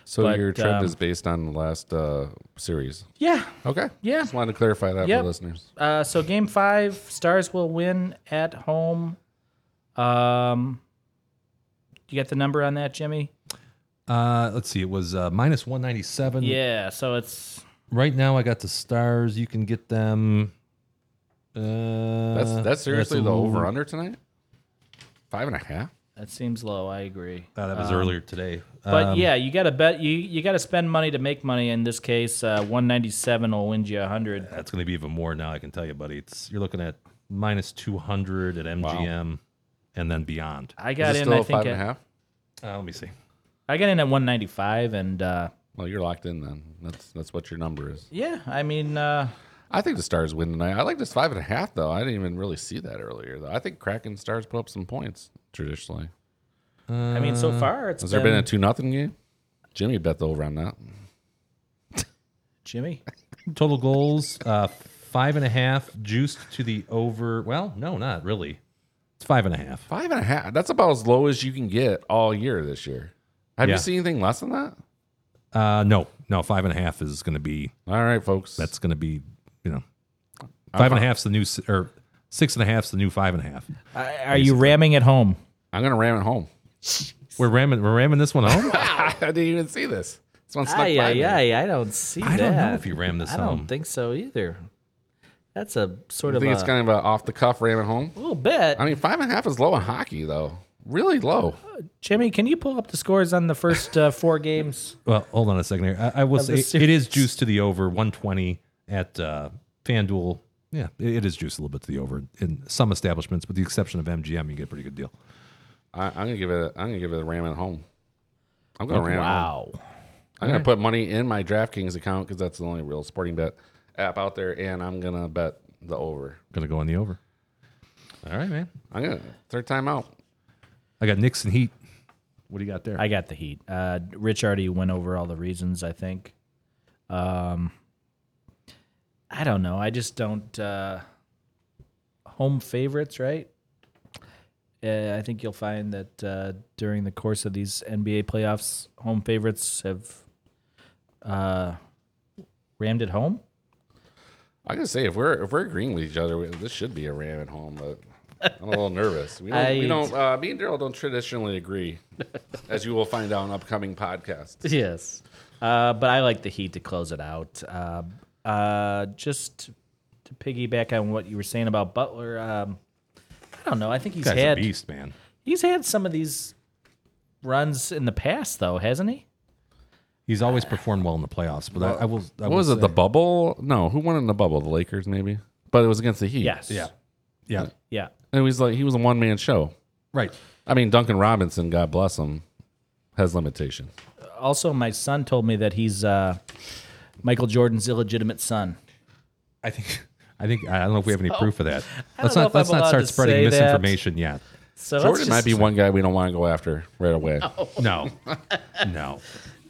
[SPEAKER 5] So
[SPEAKER 4] But,
[SPEAKER 5] your trend
[SPEAKER 4] um,
[SPEAKER 5] is based on the last uh, series.
[SPEAKER 4] Yeah.
[SPEAKER 5] Okay.
[SPEAKER 4] Yeah.
[SPEAKER 5] Just wanted to clarify that
[SPEAKER 4] Yep.
[SPEAKER 5] for listeners.
[SPEAKER 4] Uh, so game five, stars will win at home. Um, you got the number on that, Jimmy?
[SPEAKER 3] Uh, let's see, it was uh, minus 197.
[SPEAKER 4] Yeah. So it's
[SPEAKER 3] Right now, I got the Stars. You can get them. Uh,
[SPEAKER 5] That's that's seriously
[SPEAKER 3] a
[SPEAKER 5] the
[SPEAKER 3] little-
[SPEAKER 5] over under tonight. Five and a half.
[SPEAKER 4] That seems low. I agree.
[SPEAKER 3] Uh, that was earlier today.
[SPEAKER 4] Um, But
[SPEAKER 3] Um,
[SPEAKER 4] yeah, you got to bet you you got to spend money to make money. In this case, uh, one ninety seven will win you a hundred.
[SPEAKER 3] That's going to be even more now. I can tell you, buddy. It's you're looking at minus two hundred at MGM, and then beyond.
[SPEAKER 4] I
[SPEAKER 5] Is
[SPEAKER 4] got
[SPEAKER 5] it
[SPEAKER 4] in.
[SPEAKER 5] still
[SPEAKER 4] I
[SPEAKER 5] a five
[SPEAKER 4] think
[SPEAKER 5] and a half?
[SPEAKER 4] at,
[SPEAKER 3] Uh, let me see.
[SPEAKER 4] I got in at one ninety five, and uh,
[SPEAKER 5] Well, you're locked in then. That's that's what your number is.
[SPEAKER 4] yeah, I mean, uh,
[SPEAKER 5] I think the Stars win tonight. I like this five and a half though. I didn't even really see that earlier though. I think Kraken Stars put up some points traditionally.
[SPEAKER 4] I mean, so far it's
[SPEAKER 5] Uh, Has
[SPEAKER 4] been,
[SPEAKER 5] there been a two nothing game? Jimmy bet the over on that.
[SPEAKER 4] Jimmy.
[SPEAKER 3] Total goals uh, five and a half, juiced to the over. Well, no, not really. It's five and a half.
[SPEAKER 5] Five and a half. That's about as low as you can get all year this year. Have
[SPEAKER 3] Yeah.
[SPEAKER 5] you seen anything less than that?
[SPEAKER 3] Uh, no, no, five and a half is going to be.
[SPEAKER 5] All right, folks.
[SPEAKER 3] That's going to be you know, five and a half's the new s- or six and a half's the new five and a half.
[SPEAKER 4] Are you ramming at home?
[SPEAKER 5] I'm gonna ram it home.
[SPEAKER 3] We're ramming. We're ramming this one home.
[SPEAKER 5] I didn't even see this. This one snuck
[SPEAKER 4] Aye,
[SPEAKER 5] by
[SPEAKER 4] aye,
[SPEAKER 5] me.
[SPEAKER 4] aye, I don't see
[SPEAKER 3] I
[SPEAKER 4] that.
[SPEAKER 3] don't know if you ram this
[SPEAKER 4] I
[SPEAKER 3] home.
[SPEAKER 4] don't think so either. That's a sort
[SPEAKER 5] I
[SPEAKER 4] of
[SPEAKER 5] think it's
[SPEAKER 4] a
[SPEAKER 5] kind of a off the cuff ram at home.
[SPEAKER 4] little bit.
[SPEAKER 5] I mean, five and a half is low in hockey though. Really low.
[SPEAKER 4] Jimmy, can you pull up the scores on the first uh, four games?
[SPEAKER 3] Well, hold on a second here. I, I will
[SPEAKER 4] Of
[SPEAKER 3] say
[SPEAKER 4] the
[SPEAKER 3] it is juiced to the over 120 at uh, FanDuel. Yeah, it, it is juiced a little bit to the over in some establishments, with the exception of MGM, you get a pretty good deal.
[SPEAKER 5] I, I'm gonna give it. A, I'm gonna give it a ram at home. I'm gonna ram. Wow.
[SPEAKER 4] Wow.
[SPEAKER 5] I'm gonna put money in my DraftKings account because that's the only real sporting bet app out there, and I'm gonna bet the over.
[SPEAKER 3] Gonna go on the over. All right, man.
[SPEAKER 5] I'm gonna third time out.
[SPEAKER 3] I got Knicks and Heat. What do you got there?
[SPEAKER 4] I got the Heat. Uh, Rich already went over all the reasons. I think. Um, I don't know. I just don't. Uh, home favorites, right? Uh, I think you'll find that uh, during the course of these NBA playoffs, home favorites have uh, rammed it home.
[SPEAKER 5] I gotta say, if we're if we're agreeing with each other, we, this should be a ram at home. But I'm a little nervous. We don't. we
[SPEAKER 4] I-
[SPEAKER 5] don't uh, me and Daryl don't traditionally agree, as you will find out in upcoming podcasts.
[SPEAKER 4] Yes. Uh, but I like the Heat to close it out. Uh, uh, just to piggyback on what you were saying about Butler, um, I don't know. I think he's
[SPEAKER 3] Guy's
[SPEAKER 4] had
[SPEAKER 3] a beast, man.
[SPEAKER 4] he's had some of these runs in the past, though, hasn't he?
[SPEAKER 3] He's always performed well in the playoffs, but I, I will. I
[SPEAKER 5] What
[SPEAKER 3] will
[SPEAKER 5] was it? The
[SPEAKER 3] say-
[SPEAKER 5] bubble? No, who won in the bubble? The Lakers, maybe. But it was against the Heat.
[SPEAKER 4] Yes.
[SPEAKER 3] Yeah. Yeah.
[SPEAKER 4] Yeah.
[SPEAKER 5] It was like he was a one man show.
[SPEAKER 3] Right.
[SPEAKER 5] I mean, Duncan Robinson, God bless him, has limitations.
[SPEAKER 4] Also, my son told me that he's uh, Michael Jordan's illegitimate son.
[SPEAKER 3] I think. I think I don't know if we have any proof of that. Let's
[SPEAKER 4] know
[SPEAKER 3] not
[SPEAKER 4] if I'm
[SPEAKER 3] let's not
[SPEAKER 4] allowed
[SPEAKER 3] start
[SPEAKER 4] to
[SPEAKER 3] spreading
[SPEAKER 4] say that.
[SPEAKER 3] misinformation yet.
[SPEAKER 4] So that's
[SPEAKER 5] Jordan might
[SPEAKER 4] just- Oh.
[SPEAKER 5] be one guy we don't want to go after right away.
[SPEAKER 3] No, no.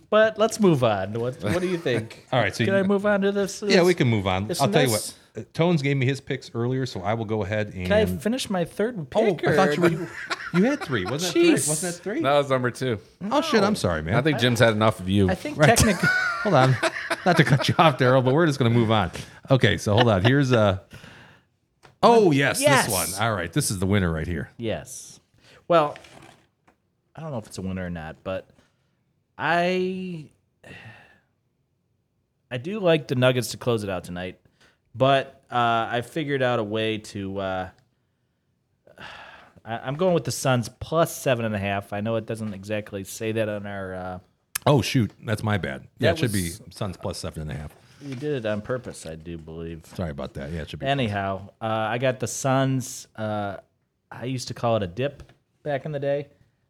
[SPEAKER 4] But let's move on. What What do you think?
[SPEAKER 3] All right, so
[SPEAKER 4] Can
[SPEAKER 3] you-
[SPEAKER 4] I move on to this?
[SPEAKER 3] Yeah, we can move on.
[SPEAKER 4] It's
[SPEAKER 3] I'll tell you
[SPEAKER 4] nice.
[SPEAKER 3] what. uh, Tones gave me his picks earlier, so I will go ahead and.
[SPEAKER 4] Can I finish my third
[SPEAKER 3] oh,
[SPEAKER 4] pick?
[SPEAKER 3] I thought you
[SPEAKER 4] or-
[SPEAKER 3] were. You had three, wasn't that three?
[SPEAKER 4] Jeez.
[SPEAKER 3] Wasn't that three?
[SPEAKER 5] That was number two.
[SPEAKER 3] Oh shit! I'm sorry, man.
[SPEAKER 5] I think Jim's had enough of you.
[SPEAKER 4] I think
[SPEAKER 3] Right.
[SPEAKER 4] technically.
[SPEAKER 3] hold on, not to cut you off, Daryl, but we're just gonna move on. Okay, so hold on. Here's uh Oh yes,
[SPEAKER 4] Yes.
[SPEAKER 3] this one. All right, this is the winner right here.
[SPEAKER 4] Yes. Well, I don't know if it's a winner or not, but I I do like the Nuggets to close it out tonight, but uh, I figured out a way to. Uh, I, I'm going with the Suns plus seven and a half. I know it doesn't exactly say that on our. Uh,
[SPEAKER 3] Oh shoot, that's my bad. Yeah, it
[SPEAKER 4] That
[SPEAKER 3] should
[SPEAKER 4] was-
[SPEAKER 3] be Suns plus seven and a half.
[SPEAKER 4] we did it on purpose, I do believe.
[SPEAKER 3] Sorry about that. Yeah, it should be.
[SPEAKER 4] Anyhow, uh, I got the Suns. Uh, I used to call it a dip back in the day.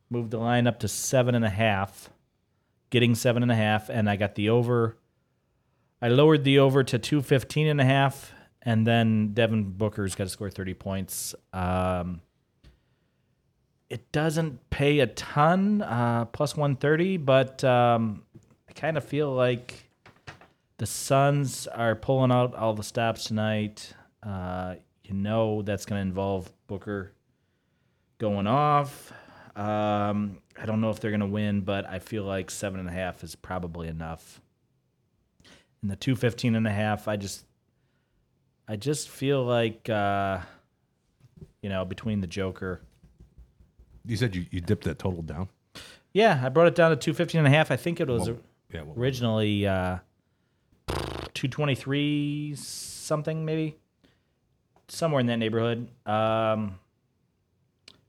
[SPEAKER 4] Moved the line up to seven and a half, getting seven and a half, and I got the over. I lowered the over to two fifteen and a half, and then Devin Booker's got to score thirty points. Um, it doesn't pay a ton, uh, plus one thirty, but um, I kind of feel like the Suns are pulling out all the stops tonight. Uh, you know that's going to involve Booker going off. Um, I don't know if they're going to win, but I feel like seven and a half is probably enough. And the two fifteen and a half, I just, I just feel like, uh, you know, between the Joker.
[SPEAKER 3] You said you, you dipped that total down.
[SPEAKER 4] Yeah, I brought it down to two fifteen and a half. I think it was.
[SPEAKER 3] Yeah, well,
[SPEAKER 4] originally uh, 223 something maybe somewhere in that neighborhood um,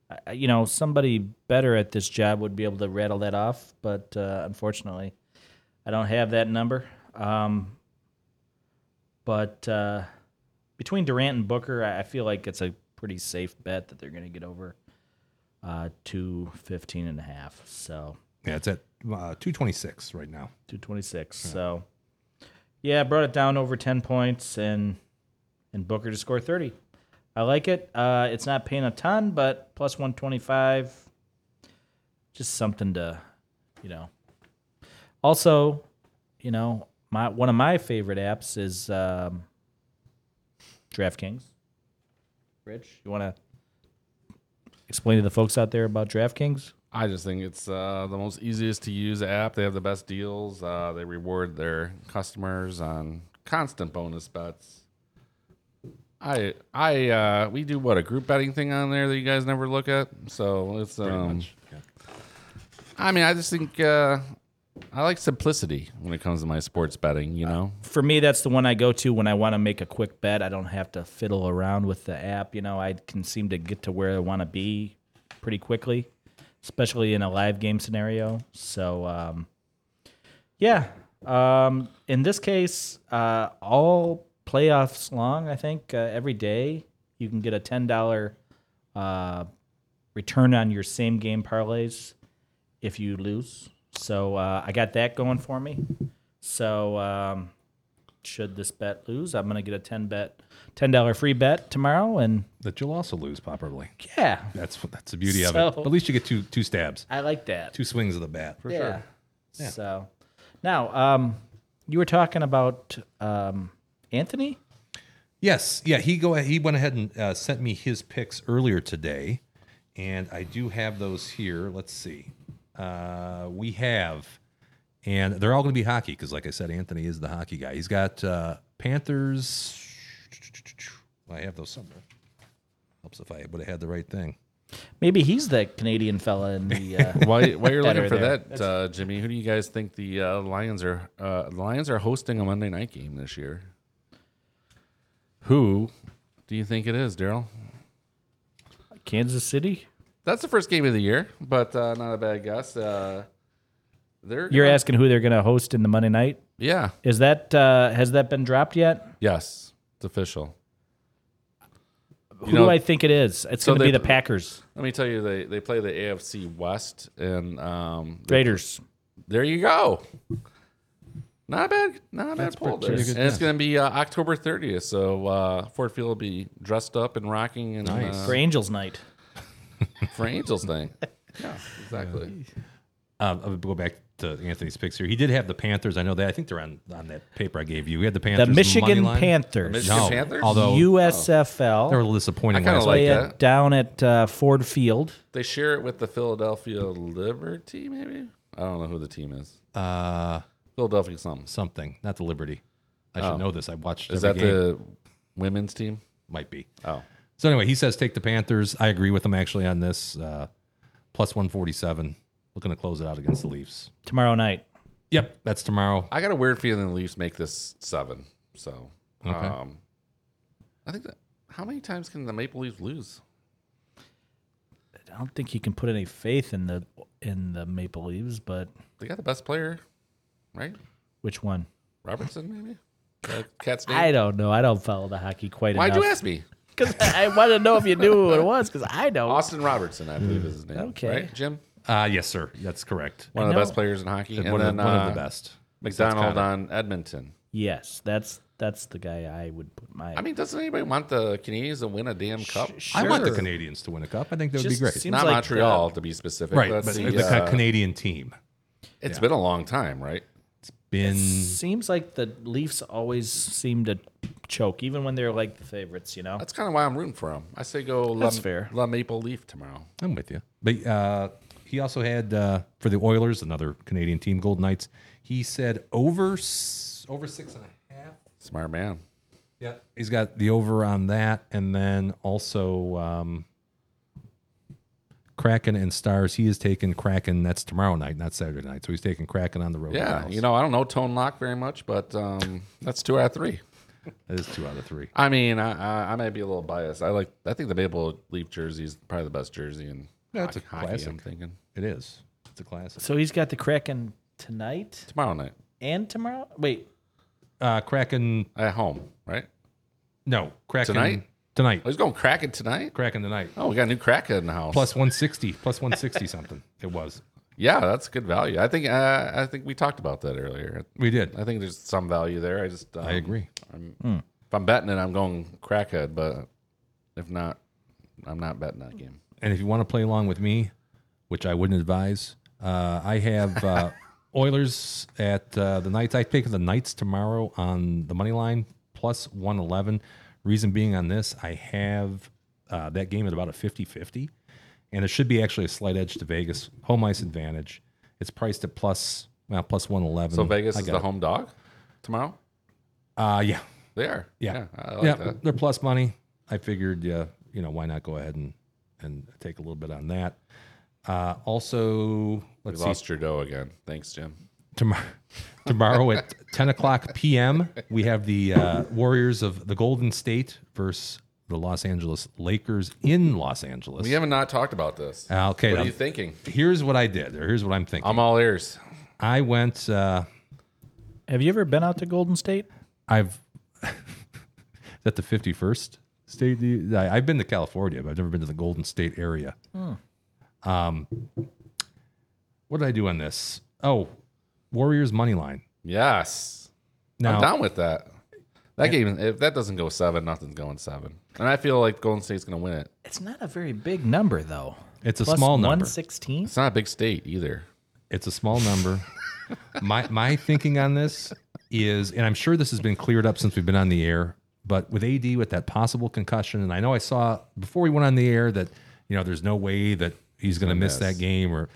[SPEAKER 4] I- I- you know somebody better at this job would be able to rattle that off but uh, unfortunately i don't have that number um, but uh, between durant and booker I, I feel like it's a pretty safe bet that they're going to get over uh, 215 and a half so
[SPEAKER 3] yeah, it's at uh, two twenty six right now.
[SPEAKER 4] 226. So, yeah, I brought it down over 10 points and and Booker to score 30. I like it. Uh, it's not paying a ton, but plus 125, just something to, you know. Also, you know, my one of my favorite apps is um, DraftKings. Rich, you want to explain to the folks out there about DraftKings?
[SPEAKER 5] I just think it's uh, the most easiest to use app. They have the best deals. Uh, they reward their customers on constant bonus bets. I I uh, we do what a group betting thing on there that you guys never look at. So it's um, I mean I just think uh, I like simplicity when it comes to my sports betting. You know,
[SPEAKER 4] for me, that's the one I go to when I want to make a quick bet. I don't have to fiddle around with the app. You know, I can seem to get to where I want to be pretty quickly, especially in a live game scenario. So, um, yeah. Um, in this case, uh, all playoffs long, I think uh, every day you can get a ten dollar uh, return on your same game parlays if you lose. So uh, I got that going for me. So um, should this bet lose, I'm gonna get a ten bet, ten dollar free bet tomorrow, and
[SPEAKER 3] That you'll also lose probably.
[SPEAKER 4] yeah,
[SPEAKER 3] That's that's the beauty
[SPEAKER 4] So-
[SPEAKER 3] of it. But at least you get two two stabs,
[SPEAKER 4] I like that.
[SPEAKER 3] two swings of the bat. For
[SPEAKER 4] yeah. So now, um, you were talking about um, Anthony.
[SPEAKER 3] Yes, yeah, he go he went ahead and uh, sent me his picks earlier today, and I do have those here. Let's see, uh, we have, and they're all going to be hockey because, like I said, Anthony is the hockey guy. He's got uh, Panthers. I have those somewhere. Helps if I would have had the right thing.
[SPEAKER 4] Maybe he's the Canadian fella in the. Uh,
[SPEAKER 5] while, while you're
[SPEAKER 4] Better
[SPEAKER 5] looking for
[SPEAKER 4] there.
[SPEAKER 5] that, uh, Jimmy, who do you guys think the uh, Lions are? Uh, the Lions are hosting a Monday night game this year. Who do you think it is, Daryl?
[SPEAKER 4] Kansas City.
[SPEAKER 5] That's the first game of the year, but uh, not a bad guess. Uh, they're
[SPEAKER 4] You're
[SPEAKER 5] gonna-
[SPEAKER 4] asking who they're gonna host in the Monday night.
[SPEAKER 5] yeah,
[SPEAKER 4] Is that uh, has that been dropped yet?
[SPEAKER 5] yes, it's official.
[SPEAKER 4] Who
[SPEAKER 5] know-
[SPEAKER 4] do I think it is? It's
[SPEAKER 5] So
[SPEAKER 4] gonna be
[SPEAKER 5] they-
[SPEAKER 4] the Packers,
[SPEAKER 5] Let me tell you, they they play the AFC West, and um, they-
[SPEAKER 4] Raiders.
[SPEAKER 5] there you go. Not a bad, not a bad poll there. And
[SPEAKER 3] pretty good
[SPEAKER 5] it's
[SPEAKER 3] guess.
[SPEAKER 5] going to be uh, October 30th, so uh, Ford Field will be dressed up and rocking and
[SPEAKER 3] Nice.
[SPEAKER 5] uh,
[SPEAKER 4] for Angels Night.
[SPEAKER 5] for Angel's thing. Yeah, exactly.
[SPEAKER 3] Um, I'll go back to Anthony's picks here. He did have the Panthers. I know that. I think they're on, on that paper I gave you. We had the Panthers.
[SPEAKER 4] The
[SPEAKER 3] money
[SPEAKER 4] Michigan
[SPEAKER 3] line.
[SPEAKER 4] Panthers.
[SPEAKER 5] Michigan
[SPEAKER 3] No,
[SPEAKER 5] Panthers?
[SPEAKER 3] although
[SPEAKER 4] USFL.
[SPEAKER 3] they were a little disappointing.
[SPEAKER 5] I kinda
[SPEAKER 3] last
[SPEAKER 5] like
[SPEAKER 3] week.
[SPEAKER 4] play
[SPEAKER 5] that.
[SPEAKER 4] it down at uh, Ford Field.
[SPEAKER 5] They share it with the Philadelphia Liberty, maybe. I don't know who the team is.
[SPEAKER 3] uh,
[SPEAKER 5] Philadelphia something.
[SPEAKER 3] something, not the Liberty. I should know this. I watched.
[SPEAKER 5] Oh. Is that
[SPEAKER 3] every game.
[SPEAKER 5] the women's team?
[SPEAKER 3] might be?
[SPEAKER 5] Oh,
[SPEAKER 3] So anyway, he says take the Panthers. I agree with him actually on this. Uh, plus one forty seven. Looking to close it out against the Leafs.
[SPEAKER 4] tomorrow night.
[SPEAKER 3] Yep, that's tomorrow.
[SPEAKER 5] I got a weird feeling the Leafs make this seven. So,
[SPEAKER 3] Okay.
[SPEAKER 5] um, I think that how many times can the Maple Leafs lose?
[SPEAKER 4] I don't think you can put any faith in the in the Maple Leaves, but
[SPEAKER 5] They got the best player, right?
[SPEAKER 4] which one?
[SPEAKER 5] Robertson, maybe. Uh, Cat's name.
[SPEAKER 4] I don't know. I don't follow the hockey quite
[SPEAKER 5] Why'd
[SPEAKER 4] enough.
[SPEAKER 5] you ask me?
[SPEAKER 4] Because I wanted to know if you knew what it was. Because I don't.
[SPEAKER 5] Austin Robertson, I believe is his name.
[SPEAKER 4] Okay.
[SPEAKER 5] right, Jim.
[SPEAKER 3] Uh, yes, sir. That's correct.
[SPEAKER 5] One of
[SPEAKER 4] know.
[SPEAKER 5] the best players in hockey, and
[SPEAKER 3] one,
[SPEAKER 5] then
[SPEAKER 3] of, the- one of
[SPEAKER 5] uh,
[SPEAKER 3] the best.
[SPEAKER 5] McDonald on Edmonton.
[SPEAKER 4] Yes, that's that's the guy I would put my.
[SPEAKER 5] I mean, doesn't anybody want the Canadians to win a damn cup?
[SPEAKER 3] I want the
[SPEAKER 4] Sure.
[SPEAKER 3] Canadians to win a cup. I think that would be
[SPEAKER 4] Just
[SPEAKER 3] great.
[SPEAKER 4] seems
[SPEAKER 5] Not
[SPEAKER 4] like,
[SPEAKER 5] Montreal, to be specific.
[SPEAKER 3] right,
[SPEAKER 5] That's
[SPEAKER 3] but
[SPEAKER 5] the,
[SPEAKER 3] the,
[SPEAKER 5] uh,
[SPEAKER 3] Canadian team
[SPEAKER 5] It's been a long time, right?
[SPEAKER 3] been
[SPEAKER 4] Seems like the Leafs always seem to choke, even when they're like the favorites. You know,
[SPEAKER 5] That's kind of why I'm rooting for them. I say go.
[SPEAKER 4] That's
[SPEAKER 5] La,
[SPEAKER 4] fair.
[SPEAKER 5] La Maple Leaf tomorrow.
[SPEAKER 3] I'm with you. But uh, he also had uh, for the Oilers, another Canadian team, Golden Knights. He said over s- over six and a half.
[SPEAKER 5] Smart man.
[SPEAKER 3] Yeah, he's got the over on that, and then also um, Kraken and Stars. He is taking Kraken. That's tomorrow night, not Saturday night. So he's taking Kraken on the road.
[SPEAKER 5] Yeah, you know I don't know Tone Lock very much, but um, that's two out of three.
[SPEAKER 3] that is two out of three.
[SPEAKER 5] I mean, I, I I might be a little biased. I like I think the Maple Leaf jersey is probably the best jersey in
[SPEAKER 3] Yeah, it's
[SPEAKER 5] hockey,
[SPEAKER 3] a
[SPEAKER 5] hockey, I'm
[SPEAKER 3] classic.
[SPEAKER 5] thinking
[SPEAKER 3] It is. It's a classic.
[SPEAKER 4] so he's got the Kraken tonight
[SPEAKER 5] tomorrow night
[SPEAKER 4] and tomorrow. Wait,
[SPEAKER 3] Uh, Kraken.
[SPEAKER 5] at home, right?
[SPEAKER 3] No, Kraken
[SPEAKER 5] Tonight?
[SPEAKER 3] Tonight,
[SPEAKER 5] Oh, he's going Kraken tonight.
[SPEAKER 3] Kraken tonight.
[SPEAKER 5] Oh, we got a new Kraken in the house.
[SPEAKER 3] Plus one sixty. Plus one sixty something. It was.
[SPEAKER 5] yeah, that's good value. I think uh, I think we talked about that earlier.
[SPEAKER 3] We did.
[SPEAKER 5] I think there's some value there. I just um,
[SPEAKER 3] I agree.
[SPEAKER 5] If I'm betting it, I'm going crackhead, but if not, I'm not betting that game.
[SPEAKER 3] And if you want to play along with me, which I wouldn't advise, uh, I have uh, Oilers at uh, the Knights. I take the Knights tomorrow on the money line plus 111. Reason being on this, I have uh, that game at about a 50 50. And it should be actually a slight edge to Vegas. Home ice advantage. It's priced at plus, well, plus 111.
[SPEAKER 5] So Vegas
[SPEAKER 3] Mm-hmm. I
[SPEAKER 5] is
[SPEAKER 3] got
[SPEAKER 5] the
[SPEAKER 3] it.
[SPEAKER 5] home dog tomorrow.
[SPEAKER 3] Uh, yeah.
[SPEAKER 5] They are.
[SPEAKER 3] Yeah.
[SPEAKER 5] I like
[SPEAKER 3] yeah,
[SPEAKER 5] that.
[SPEAKER 3] they're plus money. I figured, yeah, you know, why not go ahead and and take a little bit on that. Uh, also,
[SPEAKER 5] We
[SPEAKER 3] let's see
[SPEAKER 5] lost Trudeau again. Thanks, Jim.
[SPEAKER 3] tomorrow. Tomorrow at 10 o'clock p.m., we have the uh, Warriors of the Golden State versus the Los Angeles Lakers in Los Angeles.
[SPEAKER 5] We haven't not talked about this.
[SPEAKER 3] Uh, okay,
[SPEAKER 5] What are
[SPEAKER 3] I'm-
[SPEAKER 5] you Um, thinking?
[SPEAKER 3] here's what I did, or here's what I'm thinking.
[SPEAKER 5] I'm all ears.
[SPEAKER 3] I went. Uh,
[SPEAKER 4] have you ever been out to Golden State?
[SPEAKER 3] I've is that the fifty first state. the- I- I've been to California, but I've never been to the Golden State area. Um, what did I do on this? Oh, Warriors money line.
[SPEAKER 5] Yes.
[SPEAKER 3] Now,
[SPEAKER 5] I'm down with that. That game, if that doesn't go seven, nothing's going seven. And I feel like Golden State's going to win it.
[SPEAKER 4] It's not a very big number though.
[SPEAKER 3] it's a small number.
[SPEAKER 4] One sixteen.
[SPEAKER 5] It's not a big state either.
[SPEAKER 3] It's a small number. my my thinking on this is, and I'm sure this has been cleared up since we've been on the air, but with AD with that possible concussion, and I know I saw before we went on the air that you know there's no way that he's going to miss that game, or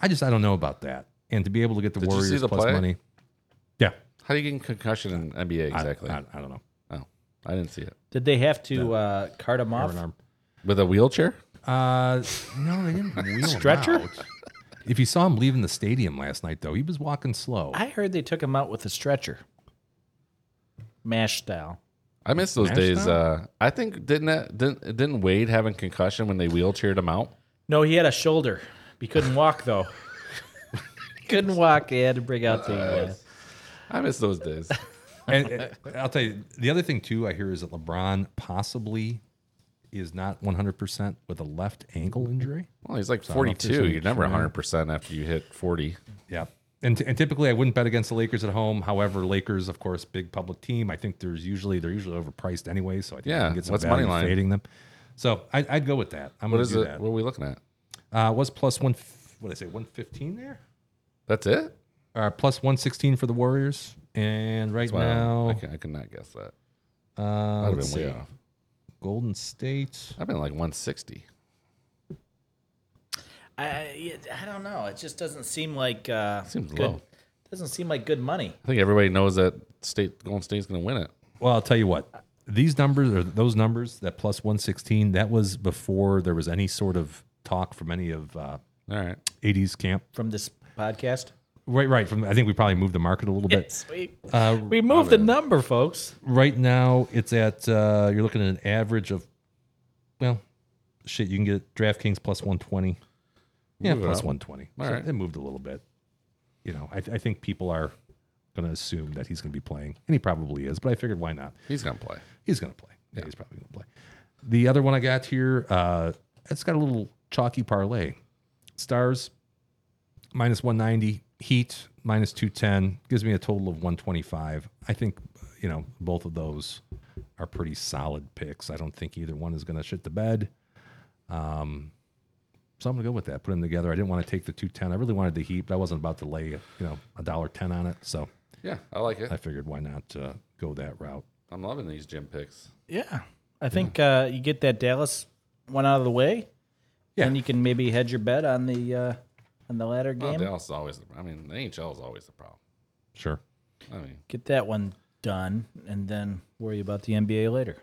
[SPEAKER 3] I just I don't know about that. And to be able to get the
[SPEAKER 5] Did you see
[SPEAKER 3] Warriors
[SPEAKER 5] the
[SPEAKER 3] plus
[SPEAKER 5] play?
[SPEAKER 3] money, yeah,
[SPEAKER 5] How do you get concussion in NBA
[SPEAKER 3] I-
[SPEAKER 5] exactly?
[SPEAKER 3] I, I don't know.
[SPEAKER 5] oh, I didn't see it.
[SPEAKER 4] Did they have to uh, cart him off?
[SPEAKER 3] An arm.
[SPEAKER 5] With a wheelchair?
[SPEAKER 3] Uh, no, they didn't wheel him
[SPEAKER 4] Stretcher?
[SPEAKER 3] out. If you saw him leaving the stadium last night, though, he was walking slow.
[SPEAKER 4] I heard they took him out with a stretcher, mash style.
[SPEAKER 5] I miss those
[SPEAKER 3] Nash
[SPEAKER 5] days.
[SPEAKER 3] style?
[SPEAKER 5] Uh, I think didn't that, didn't didn't Wade have a concussion when they wheelchaired him out?
[SPEAKER 4] No, he had a shoulder. He couldn't walk though. couldn't walk. They had to bring out the. Uh,
[SPEAKER 5] I miss those days.
[SPEAKER 3] and, and I'll tell you the other thing too. I hear is that LeBron possibly is not 100 percent with a left ankle injury.
[SPEAKER 5] Well, he's like
[SPEAKER 3] don't know if there's
[SPEAKER 5] 42.
[SPEAKER 3] any
[SPEAKER 5] You're never
[SPEAKER 3] trend.
[SPEAKER 5] 100 percent after you hit 40.
[SPEAKER 3] Yeah, and and typically I wouldn't bet against the Lakers at home. However, Lakers, of course, big public team. I think there's usually they're usually overpriced anyway, so I think you
[SPEAKER 5] Yeah,
[SPEAKER 3] can get some
[SPEAKER 5] what's
[SPEAKER 3] value
[SPEAKER 5] money line?
[SPEAKER 3] fading them. So I, I'd go with that. I'm
[SPEAKER 5] What
[SPEAKER 3] going to
[SPEAKER 5] is
[SPEAKER 3] do
[SPEAKER 5] it?
[SPEAKER 3] that.
[SPEAKER 5] What are we looking at?
[SPEAKER 3] Uh, was plus one, f- what did I say, 115 there?
[SPEAKER 5] That's it.
[SPEAKER 3] Uh, plus 116 for the Warriors. And right
[SPEAKER 5] Wow.
[SPEAKER 3] now,
[SPEAKER 5] I, can, I could not guess that.
[SPEAKER 3] uh,
[SPEAKER 5] I'd have
[SPEAKER 3] let's
[SPEAKER 5] been way
[SPEAKER 3] see.
[SPEAKER 5] off.
[SPEAKER 3] Golden State.
[SPEAKER 5] I've been like 160.
[SPEAKER 4] I I don't know. It just doesn't seem like uh,
[SPEAKER 5] Seems
[SPEAKER 4] good,
[SPEAKER 5] low.
[SPEAKER 4] Doesn't seem like good money.
[SPEAKER 5] I think everybody knows that state Golden State's going to win it.
[SPEAKER 3] Well, I'll tell you what. These numbers or those numbers, that plus 116, that was before there was any sort of talk from any of uh,
[SPEAKER 5] All right.
[SPEAKER 3] 80s camp.
[SPEAKER 4] from this podcast.
[SPEAKER 3] Right, right. From I think we probably moved the market a little bit.
[SPEAKER 4] we,
[SPEAKER 3] Uh,
[SPEAKER 4] we moved the number, folks.
[SPEAKER 3] right now it's at uh, you're looking at an average of well shit you can get DraftKings plus 120 yeah
[SPEAKER 5] Move it
[SPEAKER 3] plus
[SPEAKER 5] up.
[SPEAKER 3] 120
[SPEAKER 5] All
[SPEAKER 3] so
[SPEAKER 5] right.
[SPEAKER 3] it moved a little bit you know I, I think people are gonna assume that he's gonna be playing and he probably is but I figured why not
[SPEAKER 5] He's going to play.
[SPEAKER 3] he's gonna play yeah, he's probably gonna play the other one I got here uh, it's got a little chalky parlay stars minus 190 heat minus 210 gives me a total of 125 i think you know both of those are pretty solid picks i don't think either one is going to shit the bed um so i'm going to go with that put them together i didn't want to take the 210 i really wanted the heat but i wasn't about to lay you know a dollar 10 on it so
[SPEAKER 5] Yeah, I like it.
[SPEAKER 3] i figured why not uh, go that route
[SPEAKER 5] I'm loving these gym picks.
[SPEAKER 4] Yeah, I think uh, you get that Dallas one out of the way,
[SPEAKER 3] Yeah.
[SPEAKER 4] and you can maybe hedge your bet on the uh, on the latter
[SPEAKER 5] Well,
[SPEAKER 4] game.
[SPEAKER 5] Oh, Dallas is always. The, I mean, the NHL is always the problem.
[SPEAKER 3] sure
[SPEAKER 5] I mean,
[SPEAKER 4] get that one done, and then worry about the NBA later.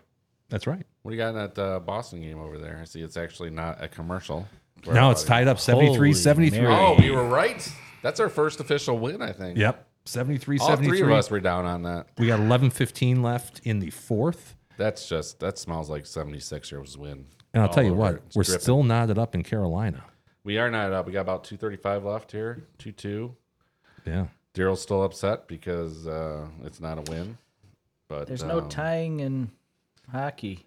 [SPEAKER 3] that's right
[SPEAKER 5] what do you got in that uh, Boston game over there? I see it's actually not a commercial.
[SPEAKER 3] now it's tied up 73 73
[SPEAKER 4] Mary.
[SPEAKER 5] Oh, we were right. That's our first official win, I think.
[SPEAKER 3] yep 73
[SPEAKER 5] All three of
[SPEAKER 3] 73
[SPEAKER 5] us were down on that.
[SPEAKER 3] We got 11:15 left in the fourth,
[SPEAKER 5] That's just that smells like 76 years win.
[SPEAKER 3] and I'll
[SPEAKER 5] all
[SPEAKER 3] tell you
[SPEAKER 5] over
[SPEAKER 3] what,
[SPEAKER 5] it. Oh, It's
[SPEAKER 3] we're
[SPEAKER 5] dripping.
[SPEAKER 3] still knotted up in Carolina.
[SPEAKER 5] we are not up. We got about 235 left here. 2 2.
[SPEAKER 3] Yeah,
[SPEAKER 5] Daryl's still upset because uh, it's not a win. But
[SPEAKER 4] There's no
[SPEAKER 5] um,
[SPEAKER 4] tying in hockey.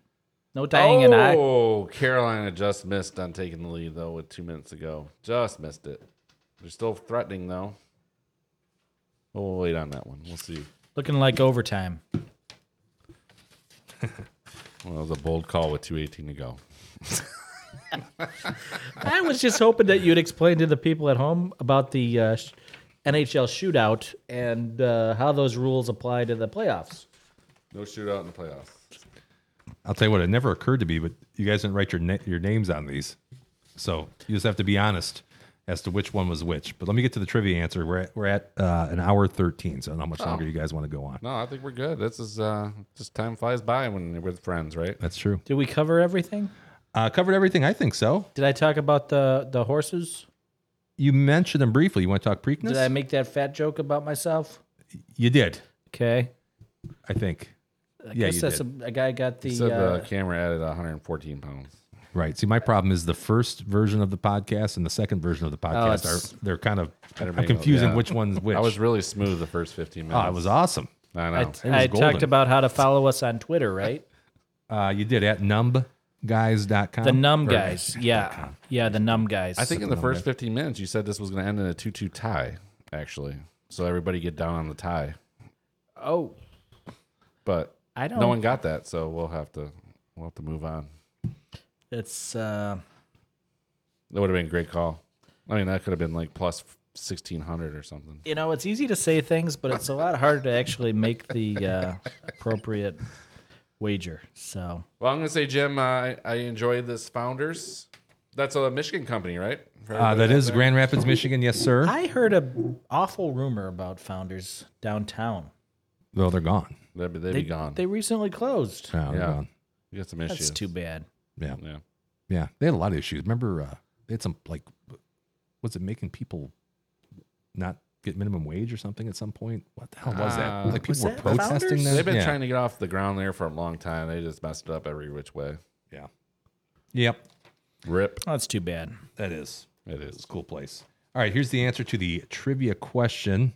[SPEAKER 4] No tying in hockey.
[SPEAKER 5] Oh, Carolina just missed on taking the lead though with two minutes to go. Just missed it. They're still threatening though. Well, we'll wait on that one. We'll see.
[SPEAKER 4] Looking like overtime.
[SPEAKER 5] Well, that was a bold call with 218 to go.
[SPEAKER 4] I was just hoping that you'd explain to the people at home about the uh, sh- NHL shootout and uh, how those rules apply to the playoffs.
[SPEAKER 5] No shootout in the playoffs.
[SPEAKER 3] I'll tell you what, it never occurred to me, but you guys didn't write your na- your names on these, so you just have to be honest as to which one was which. But let me get to the trivia answer. We're at, we're at uh, an hour 13, so how much longer you guys want to go on?
[SPEAKER 5] Oh. No, I think we're good. This is uh just time flies by when you're with friends, right?
[SPEAKER 3] That's true.
[SPEAKER 4] Did we cover everything?
[SPEAKER 3] Uh, covered everything, I think so.
[SPEAKER 4] Did I talk about the the horses?
[SPEAKER 3] You mentioned them briefly. You want to talk Preakness?
[SPEAKER 4] Did I make that fat joke about myself?
[SPEAKER 3] you did,
[SPEAKER 4] Okay.
[SPEAKER 3] I think.
[SPEAKER 4] I
[SPEAKER 3] Yeah,
[SPEAKER 4] guess
[SPEAKER 3] you
[SPEAKER 4] that's
[SPEAKER 3] did.
[SPEAKER 4] A, a guy got the,
[SPEAKER 5] He said
[SPEAKER 4] uh,
[SPEAKER 5] the camera added 114 pounds.
[SPEAKER 3] Right. See, my problem is the first version of the podcast and the second version of the podcast
[SPEAKER 4] Oh, it's-
[SPEAKER 3] are they're kind of I'm
[SPEAKER 5] make
[SPEAKER 3] confusing
[SPEAKER 5] those, yeah.
[SPEAKER 3] which one's which.
[SPEAKER 5] I was really smooth the first 15 minutes.
[SPEAKER 3] oh, it was awesome.
[SPEAKER 5] I know.
[SPEAKER 4] I,
[SPEAKER 5] It was
[SPEAKER 4] I
[SPEAKER 3] golden.
[SPEAKER 4] talked about how to follow us on Twitter, right?
[SPEAKER 3] Uh, you did at numbguys.com.
[SPEAKER 4] The numb guys. Yeah. Yeah, the numb guys.
[SPEAKER 5] I think in the first 15 minutes, you said this was going to end in a 2 2 tie, actually. So everybody get down on the tie.
[SPEAKER 4] Oh,
[SPEAKER 5] But
[SPEAKER 4] I don't.
[SPEAKER 5] no one got that, so we'll have to we'll have to move on.
[SPEAKER 4] It's. Uh,
[SPEAKER 5] That would have been a great call. I mean, that could have been like plus 1600 or something.
[SPEAKER 4] you know, it's easy to say things, but it's a lot harder to actually make the uh, appropriate wager. So
[SPEAKER 5] Well, I'm going to say, Jim, uh, I, I enjoyed this Founders. That's a Michigan company, right?
[SPEAKER 3] Uh, that is Grand Rapids, Michigan. Yes, sir.
[SPEAKER 4] I heard a awful rumor about Founders downtown.
[SPEAKER 3] Well, they're gone.
[SPEAKER 5] They'd, be- they'd
[SPEAKER 4] They,
[SPEAKER 5] be gone.
[SPEAKER 4] they recently closed.
[SPEAKER 3] No, they're
[SPEAKER 5] Yeah.
[SPEAKER 3] gone.
[SPEAKER 5] you got some
[SPEAKER 4] That's
[SPEAKER 5] issues.
[SPEAKER 4] too bad.
[SPEAKER 3] Yeah.
[SPEAKER 5] Yeah.
[SPEAKER 3] Yeah. They had a lot of issues. Remember, uh, they had some, like, was it making people not get minimum wage or something at some point? What the hell was that?
[SPEAKER 5] Uh,
[SPEAKER 3] Like,
[SPEAKER 4] was
[SPEAKER 3] people were
[SPEAKER 4] that the
[SPEAKER 3] protesting
[SPEAKER 4] Founders?
[SPEAKER 3] that?
[SPEAKER 5] They've been
[SPEAKER 3] yeah.
[SPEAKER 5] trying to get off the ground there for a long time. They just messed it up every which way.
[SPEAKER 3] Yeah. Yep.
[SPEAKER 5] Rip.
[SPEAKER 4] That's too bad.
[SPEAKER 3] That is.
[SPEAKER 5] It is.
[SPEAKER 3] It's a cool place. All right. Here's the answer to the trivia question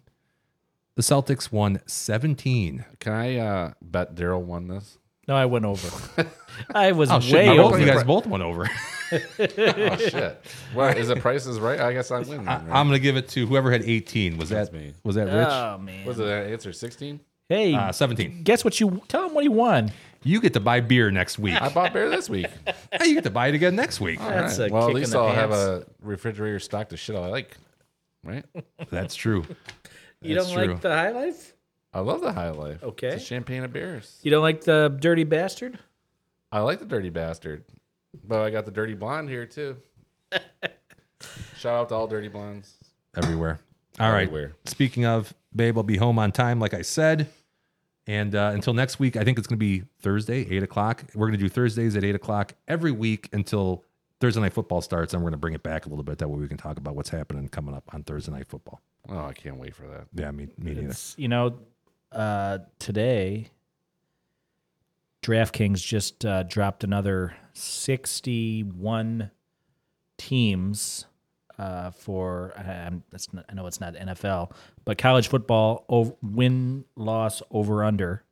[SPEAKER 3] The Celtics won 17.
[SPEAKER 5] Can I uh, bet Daryl won this?
[SPEAKER 4] No, I went over. I was
[SPEAKER 3] Oh, shit.
[SPEAKER 4] way
[SPEAKER 3] my-
[SPEAKER 4] over.
[SPEAKER 3] You guys both went over.
[SPEAKER 5] Oh shit! Well, is it prices right? I guess I win. Then,
[SPEAKER 3] I'm
[SPEAKER 5] right?
[SPEAKER 3] gonna give it to whoever had 18. Was
[SPEAKER 5] That's
[SPEAKER 3] that
[SPEAKER 5] me.
[SPEAKER 3] was that Rich?
[SPEAKER 4] Oh man.
[SPEAKER 5] Was it an answer sixteen?
[SPEAKER 4] Hey,
[SPEAKER 3] Uh, 17.
[SPEAKER 4] guess what you tell him what he won.
[SPEAKER 3] You get to buy beer next week.
[SPEAKER 5] I bought beer this week.
[SPEAKER 3] Now you get to buy it again next week.
[SPEAKER 4] That's a
[SPEAKER 5] well, at
[SPEAKER 4] kick
[SPEAKER 5] least
[SPEAKER 4] in the
[SPEAKER 5] I'll have
[SPEAKER 4] pants.
[SPEAKER 5] a refrigerator stocked of shit I like. Right?
[SPEAKER 3] That's true.
[SPEAKER 4] you
[SPEAKER 3] that's
[SPEAKER 4] don't
[SPEAKER 3] true.
[SPEAKER 4] like the high life?
[SPEAKER 5] I love the High Life.
[SPEAKER 4] Okay.
[SPEAKER 5] It's a champagne of beers.
[SPEAKER 4] You don't like the dirty bastard?
[SPEAKER 5] I like the Dirty Bastard, but I got the Dirty Blonde here too. Shout out to all Dirty Blondes.
[SPEAKER 3] Everywhere. All right.
[SPEAKER 5] Everywhere.
[SPEAKER 3] Speaking of, babe, I'll be home on time, like I said. And uh, until next week, I think it's going to be Thursday, 8 o'clock. We're going to do Thursdays at 8 o'clock every week until Thursday Night Football starts. And we're going to bring it back a little bit. That way we can talk about what's happening coming up on Thursday Night Football.
[SPEAKER 5] Oh, I can't wait for that.
[SPEAKER 3] Yeah, me, me neither.
[SPEAKER 4] It's, you know, uh, today, DraftKings just uh, dropped another 61 teams uh, for, I- I'm, it's not, I know it's not NFL, but college football o- win, loss, over, under.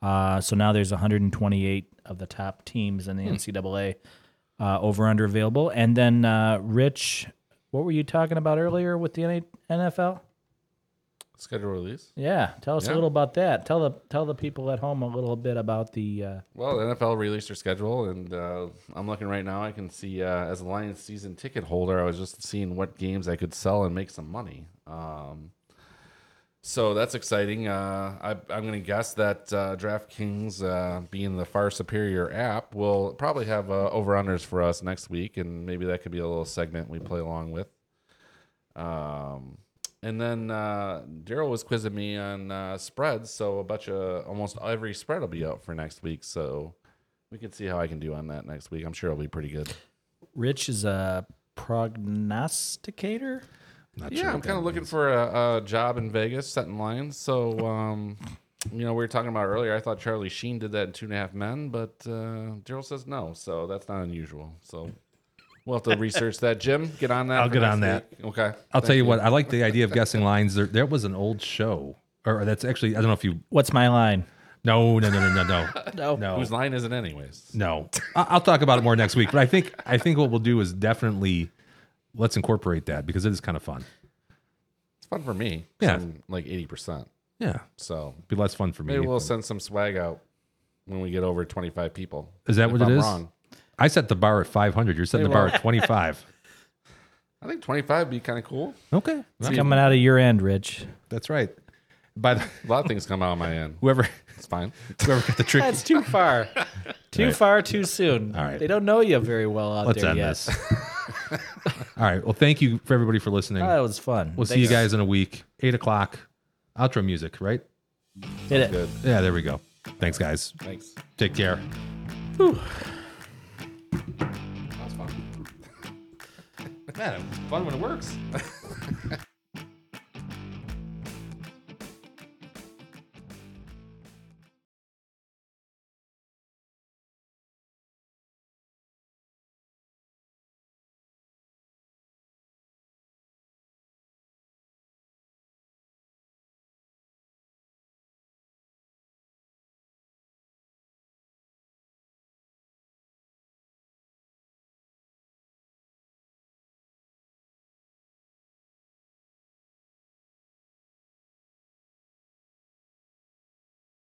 [SPEAKER 4] Uh, so now there's 128 of the top teams in the NCAA uh, over under available. And then, uh, Rich, what were you talking about earlier with the NA NFL?
[SPEAKER 5] Schedule release.
[SPEAKER 4] Yeah, tell us a
[SPEAKER 5] Yeah.
[SPEAKER 4] little about that. Tell the tell the people at home a little bit about the. Uh,
[SPEAKER 5] Well, the NFL released their schedule, and uh, I'm looking right now. I can see uh, as a Lions season ticket holder, I was just seeing what games I could sell and make some money. Um, so that's exciting. Uh, I, I'm going to guess that uh, DraftKings, uh, being the far superior app, will probably have uh, over unders for us next week, and maybe that could be a little segment we play along with. Um, and then uh, Daryl was quizzing me on uh, spreads, so a bunch of almost every spread will be out for next week. So we can see how I can do on that next week. I'm sure it'll be pretty good.
[SPEAKER 4] Rich is a prognosticator.
[SPEAKER 3] Not
[SPEAKER 5] yeah,
[SPEAKER 3] sure
[SPEAKER 5] I'm
[SPEAKER 3] what
[SPEAKER 5] kind of
[SPEAKER 3] that
[SPEAKER 5] looking
[SPEAKER 3] means.
[SPEAKER 5] for a, a job in Vegas, setting lines. So um, you know, we were talking about earlier. I thought Charlie Sheen did that in Two and a Half Men, but uh, Daryl says no, so that's not unusual. So we'll have to research that. Jim, get on that.
[SPEAKER 3] I'll
[SPEAKER 5] for
[SPEAKER 3] get
[SPEAKER 5] next
[SPEAKER 3] on that.
[SPEAKER 5] week. Okay.
[SPEAKER 3] I'll tell you what, I like the idea of guessing lines. There, there was an old show, or that's actually, I don't know if you.
[SPEAKER 4] What's my line?
[SPEAKER 3] No, no, no, no, no, no. no.
[SPEAKER 5] Whose line is it, anyways?
[SPEAKER 3] No, I- I'll talk about it more next week. But I think I think what we'll do is definitely let's incorporate that because it is kind of fun.
[SPEAKER 5] It's fun for me.
[SPEAKER 3] Yeah.
[SPEAKER 5] I'm like eighty percent.
[SPEAKER 3] Yeah,
[SPEAKER 5] So
[SPEAKER 3] be less fun for me.
[SPEAKER 5] maybe we'll send some swag out when we get over twenty five people.
[SPEAKER 3] Is that
[SPEAKER 5] If
[SPEAKER 3] what it
[SPEAKER 5] I'm
[SPEAKER 3] is?
[SPEAKER 5] Wrong.
[SPEAKER 3] I set the bar at five hundred. You're setting
[SPEAKER 5] Maybe
[SPEAKER 3] the bar
[SPEAKER 5] we'll-
[SPEAKER 3] at twenty five.
[SPEAKER 5] I think twenty five would be kind of cool.
[SPEAKER 3] Okay,
[SPEAKER 4] It's coming out of your end, Rich.
[SPEAKER 3] that's right. By the,
[SPEAKER 5] A lot of things come out of my end.
[SPEAKER 3] whoever
[SPEAKER 5] It's fine.
[SPEAKER 3] whoever got the trick.
[SPEAKER 4] That's too far. too far, too soon.
[SPEAKER 3] All right.
[SPEAKER 4] They don't know you very well out
[SPEAKER 3] Let's
[SPEAKER 4] there
[SPEAKER 3] end
[SPEAKER 4] yet.
[SPEAKER 3] this. All right. Well, thank you for everybody for listening.
[SPEAKER 4] Oh, that was fun.
[SPEAKER 3] we'll see you guys in a week, eight o'clock. Outro music, right?
[SPEAKER 4] Hit it.
[SPEAKER 5] Good.
[SPEAKER 3] Yeah, there we go. Thanks, guys.
[SPEAKER 5] Thanks.
[SPEAKER 3] Take care.
[SPEAKER 5] That was fun.
[SPEAKER 3] Man, fun when it works.